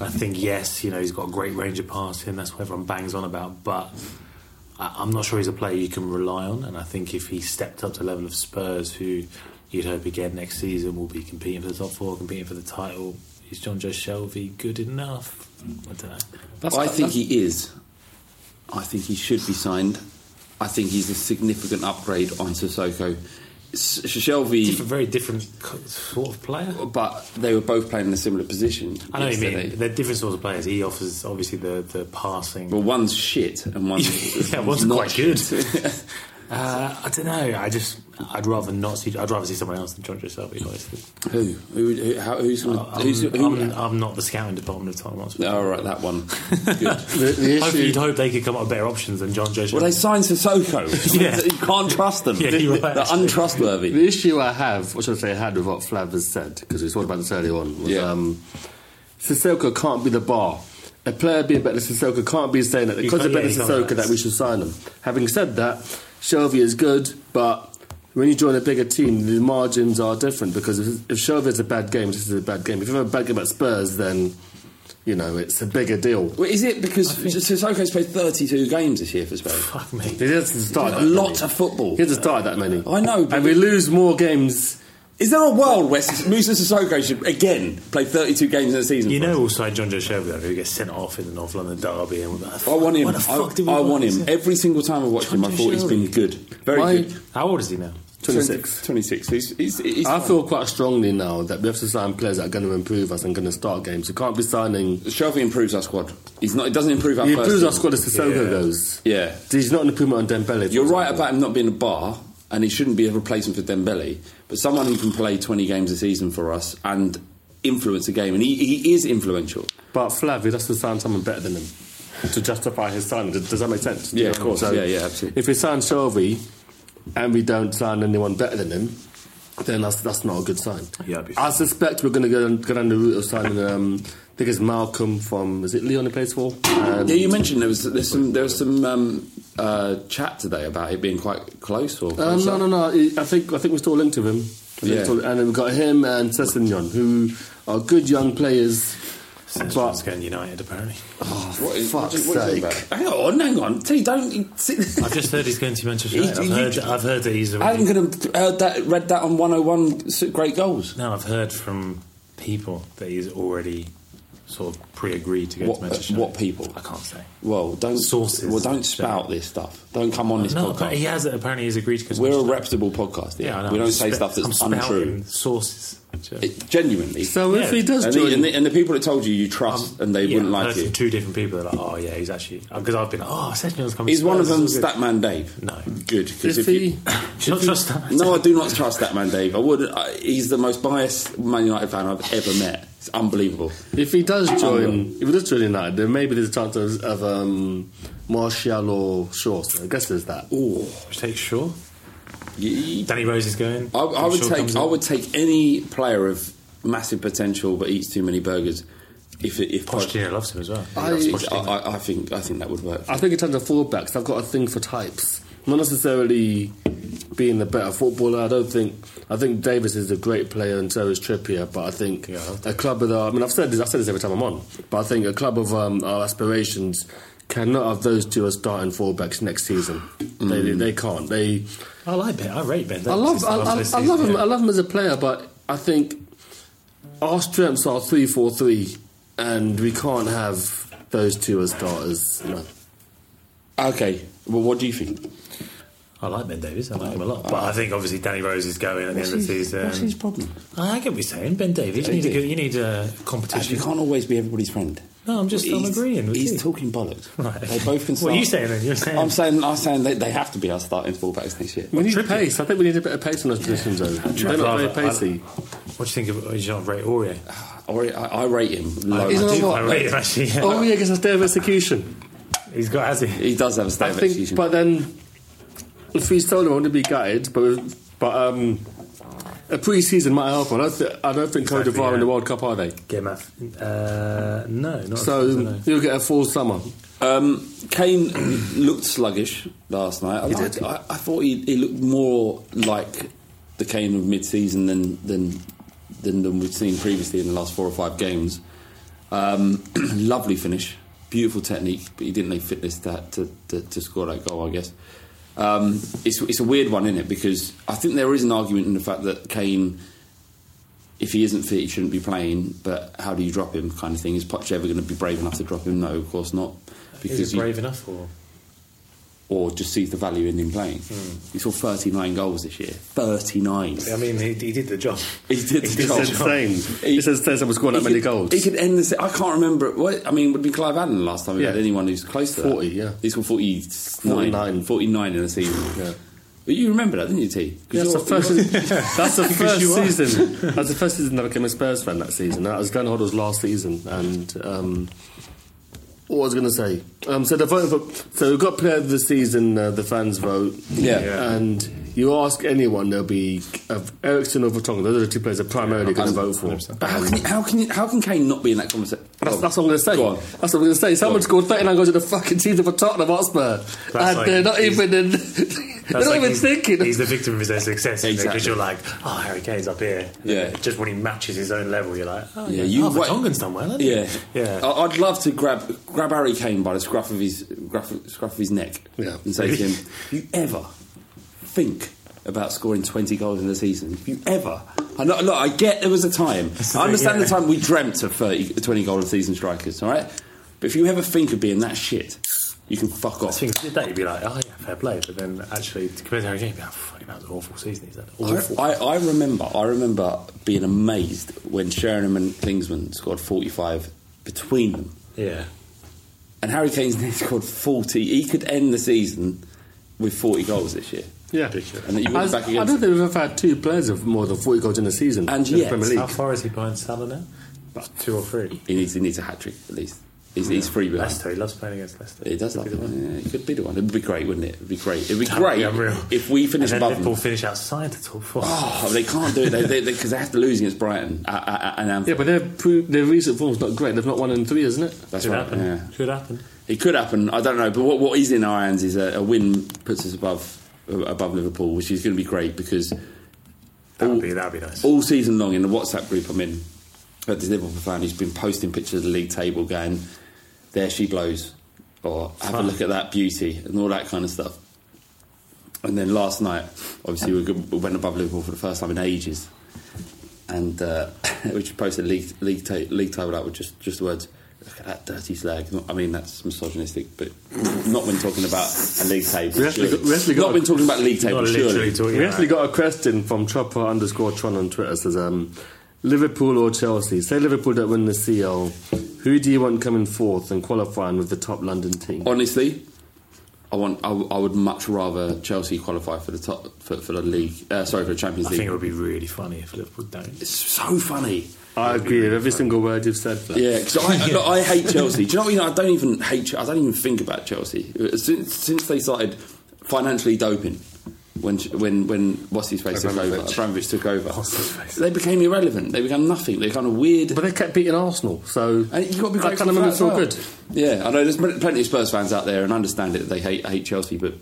Speaker 6: I think yes, you know, he's got a great range of passing. That's what everyone bangs on about, but. I- I'm not sure he's a player you can rely on, and I think if he stepped up to the level of Spurs, who you'd hope again next season will be competing for the top four, competing for the title, is John Joe Shelby good enough? I don't know.
Speaker 5: I think he is. I think he should be signed. I think he's a significant upgrade on Sissoko. S- Shelby,
Speaker 6: different, very different co- sort of player.
Speaker 5: but they were both playing in a similar position.
Speaker 6: I know what you
Speaker 5: yesterday.
Speaker 6: mean. They're different sorts of players. He offers obviously the the passing.
Speaker 5: Well, one's shit and one's,
Speaker 6: yeah, one's
Speaker 5: one's not
Speaker 6: quite good.
Speaker 5: shit.
Speaker 6: uh, I don't know. I just I'd rather not see. I'd rather see someone else than John Giuseppe, honestly.
Speaker 5: who? Who? who how, who's? Gonna,
Speaker 6: I'm,
Speaker 5: who's who,
Speaker 6: I'm, I'm not the scouting department of Tottenham. Hotspur.
Speaker 5: oh, right, that one. Good.
Speaker 8: The,
Speaker 6: Hopefully,
Speaker 8: the issue,
Speaker 6: you'd hope they could come up with better options than John Joe.
Speaker 5: well, they signed Sissoko.
Speaker 6: Yeah.
Speaker 5: you can't trust them.
Speaker 6: Yeah, you're right,
Speaker 5: They're
Speaker 6: actually.
Speaker 5: untrustworthy.
Speaker 8: the issue I have, or should I say, I had with what Flav has said, because we talked about this earlier on, was
Speaker 5: Yeah.
Speaker 8: um, Sissoko can't be the bar. A player being better than Sissoko can't be saying that
Speaker 6: You
Speaker 8: because they're
Speaker 6: can't-
Speaker 8: better
Speaker 6: yeah,
Speaker 8: than
Speaker 6: you can't-
Speaker 8: Sissoko that we should sign them. Having said that, Shelby is good, but when you join a bigger team, the margins are different because if, if Shelby has a bad game, this is a bad game. If you have a bad game at Spurs, then, you know, it's a bigger deal.
Speaker 5: Well, is it because Sissoko's played 32 games this year for Spain?
Speaker 6: Fuck me.
Speaker 8: He hasn't started
Speaker 5: A
Speaker 8: that
Speaker 5: lot
Speaker 8: many.
Speaker 5: of football.
Speaker 8: He hasn't started that many.
Speaker 5: I know, but-
Speaker 8: And we lose more games.
Speaker 5: Is there a world where Musa Sissoko should again play 32 games in a season?
Speaker 6: You
Speaker 5: for
Speaker 6: know,
Speaker 5: us?
Speaker 6: also John Joe Shelby though, who gets sent off in the North London derby, and we're like,
Speaker 5: I want him.
Speaker 6: What the fuck
Speaker 5: I,
Speaker 6: did we
Speaker 5: I
Speaker 6: want
Speaker 5: want
Speaker 6: this
Speaker 5: him.
Speaker 6: in?
Speaker 5: Every single time I've watched him, I thought he's been good. Very
Speaker 8: Why-
Speaker 5: good.
Speaker 6: How old is he now?
Speaker 8: 26.
Speaker 5: 26. He's, he's, he's
Speaker 8: I
Speaker 5: fine.
Speaker 8: feel quite strongly now that we have to sign players that are going to improve us and going to start games. We can't be signing.
Speaker 5: Shelby improves our squad. He's not. It doesn't improve our.
Speaker 8: He
Speaker 5: first
Speaker 8: improves our
Speaker 5: team.
Speaker 8: squad as Sissoko
Speaker 6: Yeah.
Speaker 8: goes.
Speaker 5: Yeah,
Speaker 8: He's not an improvement on Dembele. for
Speaker 5: you're right
Speaker 8: example.
Speaker 5: about him not being a bar, and he shouldn't be a replacement for Dembele. But someone who can play 20 games a season for us and influence a game, and he, he is influential.
Speaker 8: But Flav, he has to sign someone better than him to justify his signing. Does does that make sense? Do you know
Speaker 5: Yeah, of
Speaker 8: what I mean?
Speaker 5: course. Yeah, yeah, absolutely.
Speaker 8: If we sign Shelby and we don't sign anyone better than him, then that's that's not a good sign.
Speaker 6: Yeah, I'd be
Speaker 8: I suspect we're going to go, down- go down the route of signing. Um, I think it's Malcolm from is it Leon he plays for? And
Speaker 5: Yeah, you mentioned there was there's some there was some um, uh, chat today about it being quite close or
Speaker 8: Um,
Speaker 5: close
Speaker 8: no,
Speaker 5: up.
Speaker 8: no, no. I think I think we're still linked to him. I think
Speaker 5: Yeah.
Speaker 8: we're still- and then we've got him and Sessignon, who are good young players.
Speaker 9: Since it's going United, apparently.
Speaker 8: Oh,
Speaker 6: What is-
Speaker 8: fuck's
Speaker 6: what are you
Speaker 8: sake.
Speaker 6: talking about? Hang on, hang on. T, don't. you sit-
Speaker 9: I've just heard he's going to Manchester
Speaker 6: You-
Speaker 9: United. I've,
Speaker 6: you-
Speaker 9: heard, I've heard that he's.
Speaker 6: I
Speaker 9: Already,
Speaker 6: haven't gonna- heard that, read that on 101 s- Great Goals.
Speaker 9: no, I've heard from people that he's already sort of pre-agreed to go
Speaker 6: What,
Speaker 9: to Manchester.
Speaker 6: uh,
Speaker 9: United.
Speaker 6: what people?
Speaker 9: I can't say.
Speaker 6: Well, don't
Speaker 9: Sources.
Speaker 6: Well, don't spout this stuff. Don't come on this
Speaker 9: No,
Speaker 6: podcast.
Speaker 9: but he has apparently he's agreed to go to
Speaker 6: We're a
Speaker 9: Manchester.
Speaker 6: reputable podcast. here.
Speaker 9: Yeah, I know.
Speaker 6: we don't
Speaker 9: I'm
Speaker 6: say
Speaker 9: spe-
Speaker 6: stuff that's
Speaker 9: I'm spouting
Speaker 6: untrue.
Speaker 9: Sources. Joe.
Speaker 6: It- genuinely.
Speaker 8: So if Yeah. he does
Speaker 6: and
Speaker 8: join-
Speaker 6: the, and, the, and the people that told you you trust and they
Speaker 9: Um, Yeah,
Speaker 6: wouldn't
Speaker 9: I've
Speaker 6: like
Speaker 9: heard from
Speaker 6: you.
Speaker 9: Two different people that are like, oh yeah, he's actually because I've been like, oh, Sessions coming.
Speaker 6: Is
Speaker 9: to
Speaker 6: one of
Speaker 9: Spurs, it's
Speaker 6: them
Speaker 9: all good.
Speaker 6: Statman Dave?
Speaker 9: No.
Speaker 6: Good. 'cause
Speaker 8: If
Speaker 6: you-
Speaker 8: he-
Speaker 9: Do you not trust that?
Speaker 6: No, I do not trust that man, Dave. I would. I, he's the most biased Man United fan I've ever met. It's unbelievable.
Speaker 8: If he
Speaker 9: Um,
Speaker 8: does join, if he does join United, then maybe there's a chance of, of um, Martial or Shaw. So I guess there's that.
Speaker 6: Oh,
Speaker 9: Should we take Shaw.
Speaker 6: I,
Speaker 9: Danny Rose is going.
Speaker 6: I would
Speaker 9: Shaw
Speaker 6: take.
Speaker 9: comes
Speaker 6: I
Speaker 9: in.
Speaker 6: would take any player of massive potential but eats too many burgers. If it- if
Speaker 9: Pochettino loves him as well.
Speaker 6: I,
Speaker 8: I-
Speaker 6: I, I, I think I think that would work.
Speaker 8: I think in terms of fullbacks, I've got a thing for types. Not necessarily being the better footballer. I don't think. I think Davis is a great player, and so is Trippier. But I think a club with our, I mean, I've said this. I've said this every time I'm on. But I think a club of um, our aspirations cannot have those two as starting fullbacks next season.
Speaker 5: Mm.
Speaker 8: They, they can't. They.
Speaker 9: I like Ben. I rate Ben.
Speaker 8: I love. I, I,
Speaker 9: this
Speaker 8: I love
Speaker 9: season,
Speaker 8: him.
Speaker 9: yeah.
Speaker 8: I love him as a player, but I think our strengths are three four three, and we can't have those two as starters. No.
Speaker 6: Okay. Well, what do you think?
Speaker 9: I like Ben Davies. I like him a lot. But I think obviously Danny Rose is going at the end of the
Speaker 6: uh, What's his
Speaker 9: season.
Speaker 6: problem?
Speaker 9: I get what you're saying. Ben Davies, you need, a good, you need a
Speaker 6: You
Speaker 9: competition.
Speaker 6: can't always be everybody's friend.
Speaker 9: No, I'm just I'm
Speaker 6: He's-
Speaker 9: agreeing with
Speaker 6: he's
Speaker 9: you.
Speaker 6: talking bollocks.
Speaker 9: Right.
Speaker 6: They both can.
Speaker 9: What are you saying then? You're saying-
Speaker 6: I'm saying I'm saying they, they have to be our starting fullbacks this year.
Speaker 8: We need pace. I think we need a bit of pace on those positions, though. They're not very
Speaker 9: Rather-
Speaker 8: pacey.
Speaker 9: What do you think of Jean Ray Aurier?
Speaker 6: Or I, I rate him. Low.
Speaker 8: You know
Speaker 9: I
Speaker 8: what?
Speaker 9: rate him actually. yeah.
Speaker 8: Oh, yeah, gets a stay of execution.
Speaker 9: He's got has he?
Speaker 6: He does have a stab
Speaker 8: I
Speaker 6: of
Speaker 8: think,
Speaker 6: execution.
Speaker 8: but then if we sold him, I wouldn't be gutted. But but um, a pre-season might help. I don't, th- I don't think Cote
Speaker 9: Exactly,
Speaker 8: d'Ivoire
Speaker 9: yeah.
Speaker 8: in the World Cup are they?
Speaker 9: Game af- uh, no, not as
Speaker 8: So
Speaker 9: far as I know.
Speaker 8: you'll get a full summer.
Speaker 6: Um, Kane looked sluggish last night. I, liked- I, I thought he, he looked more like the Kane of mid-season than than than, than we've seen previously in the last four or five games. Um, lovely finish, beautiful technique, but he didn't need fitness to, to, to, to score that goal, I guess. Um, it's, it's a weird one, isn't it? Because I think there is an argument in the fact that Kane, if he isn't fit, he shouldn't be playing, but how do you drop him kind of thing? Is Poch ever going to be brave enough to drop him? No, of course not.
Speaker 9: Is he
Speaker 6: you-
Speaker 9: brave enough or?
Speaker 6: or just sees the value in him playing. He saw 39 goals this year. 39.
Speaker 9: Hmm. I mean, he, he did the job.
Speaker 6: He did the
Speaker 8: It's
Speaker 6: job.
Speaker 8: insane.
Speaker 6: He-
Speaker 8: It's insane someone scored that
Speaker 6: he
Speaker 8: many
Speaker 6: could-
Speaker 8: goals.
Speaker 6: He could end this. I can't remember. What, I mean, it would be Clive Allen last time we
Speaker 8: Yeah.
Speaker 6: had anyone who's close to that.
Speaker 8: 40, yeah.
Speaker 6: He scored 49, 49.
Speaker 8: 49.
Speaker 6: in a season.
Speaker 8: Yeah.
Speaker 6: But you remember that, didn't you, T? 'Cause
Speaker 8: That's the
Speaker 6: you're-
Speaker 8: first.
Speaker 6: you're-
Speaker 8: that's the
Speaker 6: Because
Speaker 8: first
Speaker 6: you are.
Speaker 8: season. That's the first season that I became a Spurs fan. That season. That was Glenn Hoddle's last season. And um, what was I going to say? Um, so the vote for, so we've got player of the season. Uh, the fans vote.
Speaker 6: Yeah.
Speaker 9: Yeah.
Speaker 8: And you ask anyone, there'll be uh, Ericsson or Vertonghen. Those are the two players they're primarily going to vote for.
Speaker 6: But how can, he- how, can, he- how can Kane not be in that conversation?
Speaker 8: That's, that's what I'm going to say.
Speaker 6: Go on.
Speaker 8: That's what I'm going to say. Someone
Speaker 6: on.
Speaker 8: scored 39 goals in the fucking season for Tottenham Hotspur, and
Speaker 9: like-
Speaker 6: uh,
Speaker 8: they're not
Speaker 9: he's-
Speaker 8: even in, they're
Speaker 9: That's
Speaker 8: not
Speaker 9: like
Speaker 8: even
Speaker 9: he's,
Speaker 8: thinking.
Speaker 9: He's the victim of his own success because
Speaker 6: Exactly.
Speaker 9: you're like, oh, Harry Kane's up here. And
Speaker 6: Yeah.
Speaker 9: then Just when he matches his own level, you're like, oh,
Speaker 6: Yeah,
Speaker 9: yeah,
Speaker 6: you
Speaker 9: you. Oh,
Speaker 6: wait-
Speaker 9: Vertonghen's done well, hasn't he?
Speaker 6: Yeah,
Speaker 9: Yeah.
Speaker 6: I- I'd love to grab grab Harry Kane by the scruff of his gruff, scruff of his neck,
Speaker 8: Yeah.
Speaker 6: and say to him, "You ever think about scoring twenty goals in a season? You ever?" I know, look, I get there was a time.
Speaker 9: That's the
Speaker 6: I
Speaker 9: thing,
Speaker 6: understand
Speaker 9: yeah.
Speaker 6: the time we dreamt of 30, 20 goal a season strikers. All right, but if you ever think of being that shit, you can fuck
Speaker 9: I
Speaker 6: off.
Speaker 9: think if you did that, you'd be like, oh, yeah, fair play. But then actually, to compare to Harry Kane, you'd be like, fucking, that was an awful season. He's had
Speaker 6: I,
Speaker 9: awful.
Speaker 6: I, I remember, I remember being amazed when Sheringham and Klingsman scored forty-five between them.
Speaker 9: yeah.
Speaker 6: And Harry Kane's now scored 40. He could end the season with 40 goals this year.
Speaker 8: Yeah,
Speaker 6: And that you went
Speaker 8: As-
Speaker 6: back
Speaker 8: I
Speaker 6: against.
Speaker 8: don't think we've ever had two players of more than forty goals in a season
Speaker 6: And
Speaker 8: in
Speaker 6: yet-
Speaker 8: the Premier
Speaker 9: How
Speaker 8: League.
Speaker 9: far is he behind Salah now? About two or three.
Speaker 6: He needs, he needs a hat trick, at least. He's, he's free behind.
Speaker 9: Leicester, he loves playing against Leicester.
Speaker 6: He does
Speaker 9: Could
Speaker 6: love
Speaker 9: be the one.
Speaker 6: it. Yeah, he could be the one. It would be great, wouldn't it? It would be great. It would be
Speaker 9: That would
Speaker 6: great
Speaker 9: be unreal.
Speaker 6: if we finish
Speaker 9: and then
Speaker 6: above
Speaker 9: Liverpool
Speaker 6: them.
Speaker 9: finish outside the top four.
Speaker 6: Oh, they can't do it because they, they, 'cause they have to lose against Brighton. Uh, uh, uh, and Anfield.
Speaker 8: Yeah, but their pro- their recent form's not great. They've not won in three, isn't it?
Speaker 6: That's
Speaker 9: Could
Speaker 6: right.
Speaker 9: happen.
Speaker 6: Yeah.
Speaker 9: Could happen.
Speaker 6: It could happen. I don't know. But what, what is in our hands is a, a win puts us above above Liverpool, which is going to be great because
Speaker 9: That
Speaker 6: all-
Speaker 9: would be, that'd be nice.
Speaker 6: all season long in the WhatsApp group I'm in,
Speaker 8: but this Liverpool fan who's been posting pictures of the league table going, there she blows, or have a look at that beauty, and all that kind of stuff. And then last night, obviously, we g- we went above Liverpool for the first time in ages. And uh, we just posted a league, league, ta- league table out with just, just the words, look at that dirty slag. I mean, that's misogynistic, but not when talking about a league table.
Speaker 5: We actually
Speaker 8: surely.
Speaker 5: got- we actually got
Speaker 8: not
Speaker 5: a-
Speaker 8: when talking about league table, surely.
Speaker 5: We actually got a question from Chopper underscore Tron on Twitter says, um, Liverpool or Chelsea? Say Liverpool don't win the CL. Who do you want coming fourth and qualifying with the top London team?
Speaker 8: Honestly, I want. I, w- I would much rather Chelsea qualify for the top for, for the league. Uh, sorry, for the Champions
Speaker 6: I
Speaker 8: League.
Speaker 6: think it would be really funny if Liverpool don't.
Speaker 8: It's so funny.
Speaker 5: I agree with every single word you've said.
Speaker 8: Yeah, because I,
Speaker 5: Yeah.
Speaker 8: look, I hate Chelsea. Do you know what? You know, I don't even hate. Che- I don't even think about Chelsea since since they started financially doping. When ch- when when what's his face took over,
Speaker 5: Abramovich.
Speaker 8: Abramovich took over. They became irrelevant. They became nothing. They kind of weird. But
Speaker 5: they kept beating Arsenal, so
Speaker 8: and you got to be grateful
Speaker 5: I kinda
Speaker 8: for
Speaker 5: remember
Speaker 8: that
Speaker 5: it's all
Speaker 8: as well.
Speaker 5: good.
Speaker 8: Yeah, I know there's pl- plenty of Spurs fans out there and I understand it. that They hate hate Chelsea, but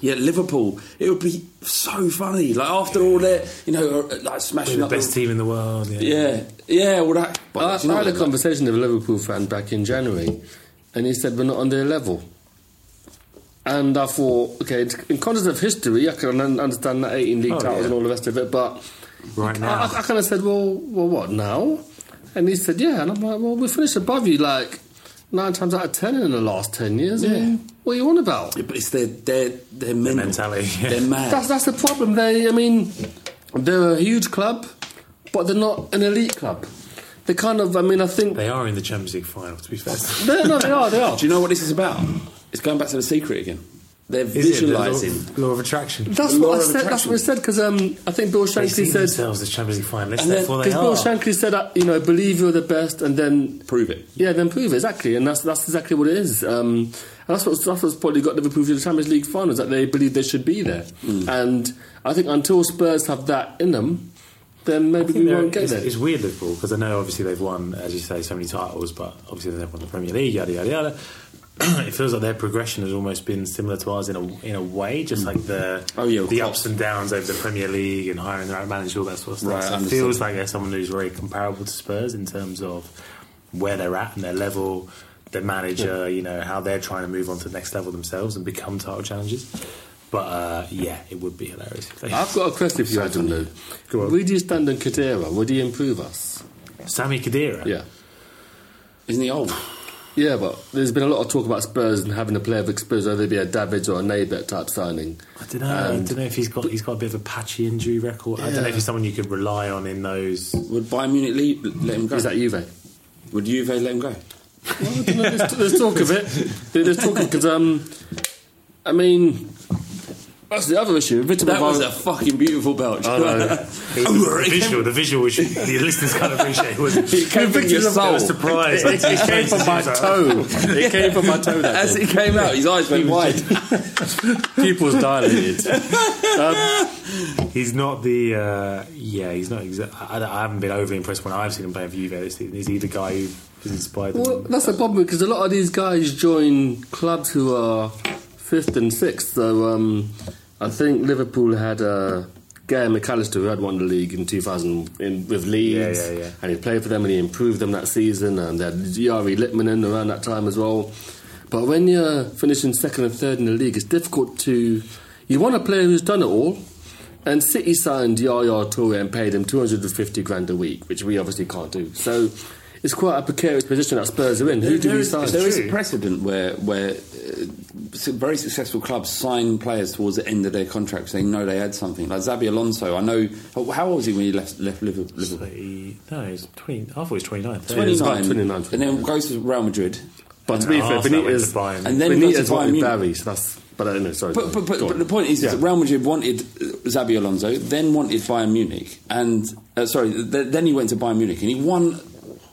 Speaker 8: yeah, Liverpool. It would be so funny. Like after all their you know uh, like smashing
Speaker 6: We're the
Speaker 8: up
Speaker 6: best team in the world. Yeah.
Speaker 8: Yeah, yeah. Well, that. But
Speaker 5: I,
Speaker 8: that's not
Speaker 5: I had a
Speaker 8: like-
Speaker 5: conversation with a Liverpool fan back in January, and he said we're not on their level. And I thought, okay, it's- in context of history, I can un- understand that 18 league
Speaker 6: Oh,
Speaker 5: titles
Speaker 6: yeah.
Speaker 5: and all the rest of it, but
Speaker 6: Right
Speaker 5: I,
Speaker 6: now.
Speaker 5: I kind of said, well, well, what now? And he said, yeah. And I'm like, well, we finished above you like nine times out of ten in the last 10 years. I mean, What are you on about?
Speaker 8: Yeah, but it's their their their, mental.
Speaker 6: mentality, yeah.
Speaker 8: They're mad.
Speaker 5: That's that's the problem. They, I mean, they're a huge club, but they're not an elite club. They kind of, I mean, I think
Speaker 6: They are in the Champions League final, to be fair.
Speaker 5: no, no, they are, they are.
Speaker 8: Do you know what this is about? It's going back to the secret again. They're
Speaker 6: Is it the
Speaker 8: visualizing.
Speaker 6: law, law of attraction.
Speaker 5: That's
Speaker 8: The law
Speaker 5: what I
Speaker 8: of
Speaker 5: said. That's what I said because um, I think Bill
Speaker 6: They see
Speaker 5: Shankly said.
Speaker 6: themselves as Champions League finalists,
Speaker 5: And then-
Speaker 6: therefore they
Speaker 5: Bill
Speaker 6: are.
Speaker 5: Shankly said, uh, you know, believe you're the best, and then
Speaker 8: Prove it.
Speaker 5: yeah, then prove it exactly, and that's that's exactly what it is. Um, and that's what that's what's probably got Liverpool to the Champions League finals that they believe they should be there,
Speaker 8: Mm.
Speaker 5: and I think until Spurs have that in them, then
Speaker 6: I
Speaker 5: maybe
Speaker 6: think
Speaker 5: we
Speaker 6: they're-
Speaker 5: won't get
Speaker 6: it's,
Speaker 5: there.
Speaker 6: it's weird Liverpool because I know obviously they've won, as you say, so many titles, but obviously they've won the Premier League, yada yada yada. it feels like their progression has almost been similar to ours in a in a way, just like the
Speaker 8: Oh, yeah, of
Speaker 6: the
Speaker 8: course.
Speaker 6: ups and downs over the Premier League and hiring the right manager, all that sort of stuff.
Speaker 8: Right,
Speaker 6: so it
Speaker 8: understood.
Speaker 6: feels like they're someone who's very comparable to Spurs in terms of where they're at and their level. Their manager, you know, how they're trying to move on to the next level themselves and become title challengers. But uh, yeah, it would be hilarious. If they
Speaker 5: I've got a question for you, Adam. Lou.
Speaker 6: Go on.
Speaker 5: Where do you stand on Kadira? Would he improve us?
Speaker 6: Sammy Kadira.
Speaker 5: Yeah,
Speaker 8: Isn't he old?
Speaker 5: yeah, but there's been a lot of talk about Spurs and having a player of experience, whether it be a Davids or a Nabet type signing.
Speaker 6: I don't know. I
Speaker 5: And-
Speaker 6: don't know if he's got he's got a bit of a patchy injury record. I don't know if he's someone you could rely on in those.
Speaker 8: Would Bayern Munich leave, let him go?
Speaker 5: Is that Juve?
Speaker 8: Would Juve let him go?
Speaker 5: No, there's, there's talk of it. There- There's talk because um, I mean, that's the other issue. Vitamin
Speaker 8: That was
Speaker 5: Vi-
Speaker 8: a fucking beautiful belch.
Speaker 5: I know.
Speaker 6: the visual, the visual, which the listeners can't appreciate, was it
Speaker 8: came from your soul.
Speaker 6: surprise.
Speaker 5: It, it came from my toe. It came from my toe. That
Speaker 8: As
Speaker 5: day.
Speaker 8: it came out, his eyes went wide.
Speaker 5: Pupils dilated.
Speaker 6: He's not the uh, yeah. He's not. Exa- I, I don't- I haven't been overly impressed when I've seen him playing for Juve this season. Is he the guy who has inspired them?
Speaker 5: Well, that's the problem because a lot of these guys join clubs who are fifth and sixth. So um, I think Liverpool had uh, Gary McAllister who had won the league in 2000 in, with Leeds,
Speaker 6: Yeah, yeah, yeah.
Speaker 5: and he played for them and he improved them that season. And they had Yari Litmanen around that time as well. But when you're finishing second and third in the league, it's difficult to. You want a player who's done it all. And City signed Yaya Toure and paid him 250 grand a week, which we obviously can't do. So it's quite a precarious position that Spurs are in. Who do
Speaker 8: there
Speaker 5: we
Speaker 8: is,
Speaker 5: sign?
Speaker 8: there is a precedent where where uh, s- very successful clubs sign players towards the end of their contracts. They know they had something. Like Zabi Alonso, I know. How, how old was he when he left left Liverpool?
Speaker 6: So he- no, he's twenty. I thought he was twenty nine.
Speaker 5: Twenty- he's
Speaker 8: 29,
Speaker 5: about 29,
Speaker 8: and then goes to Real Madrid.
Speaker 5: But to be fair,
Speaker 6: Arsenal went to
Speaker 5: Benitez,
Speaker 6: Bayern.
Speaker 8: And then went to
Speaker 5: Benitez
Speaker 8: Bayern
Speaker 5: wanted
Speaker 8: Munich.
Speaker 5: Barry, so that's. But I don't know, sorry.
Speaker 8: But, but, but,
Speaker 5: Go
Speaker 8: but
Speaker 5: on.
Speaker 8: the point is,
Speaker 5: Yeah.
Speaker 8: Real Madrid wanted uh, Xabi Alonso, then wanted Bayern Munich, and uh, sorry, th- then he went to Bayern Munich, and he won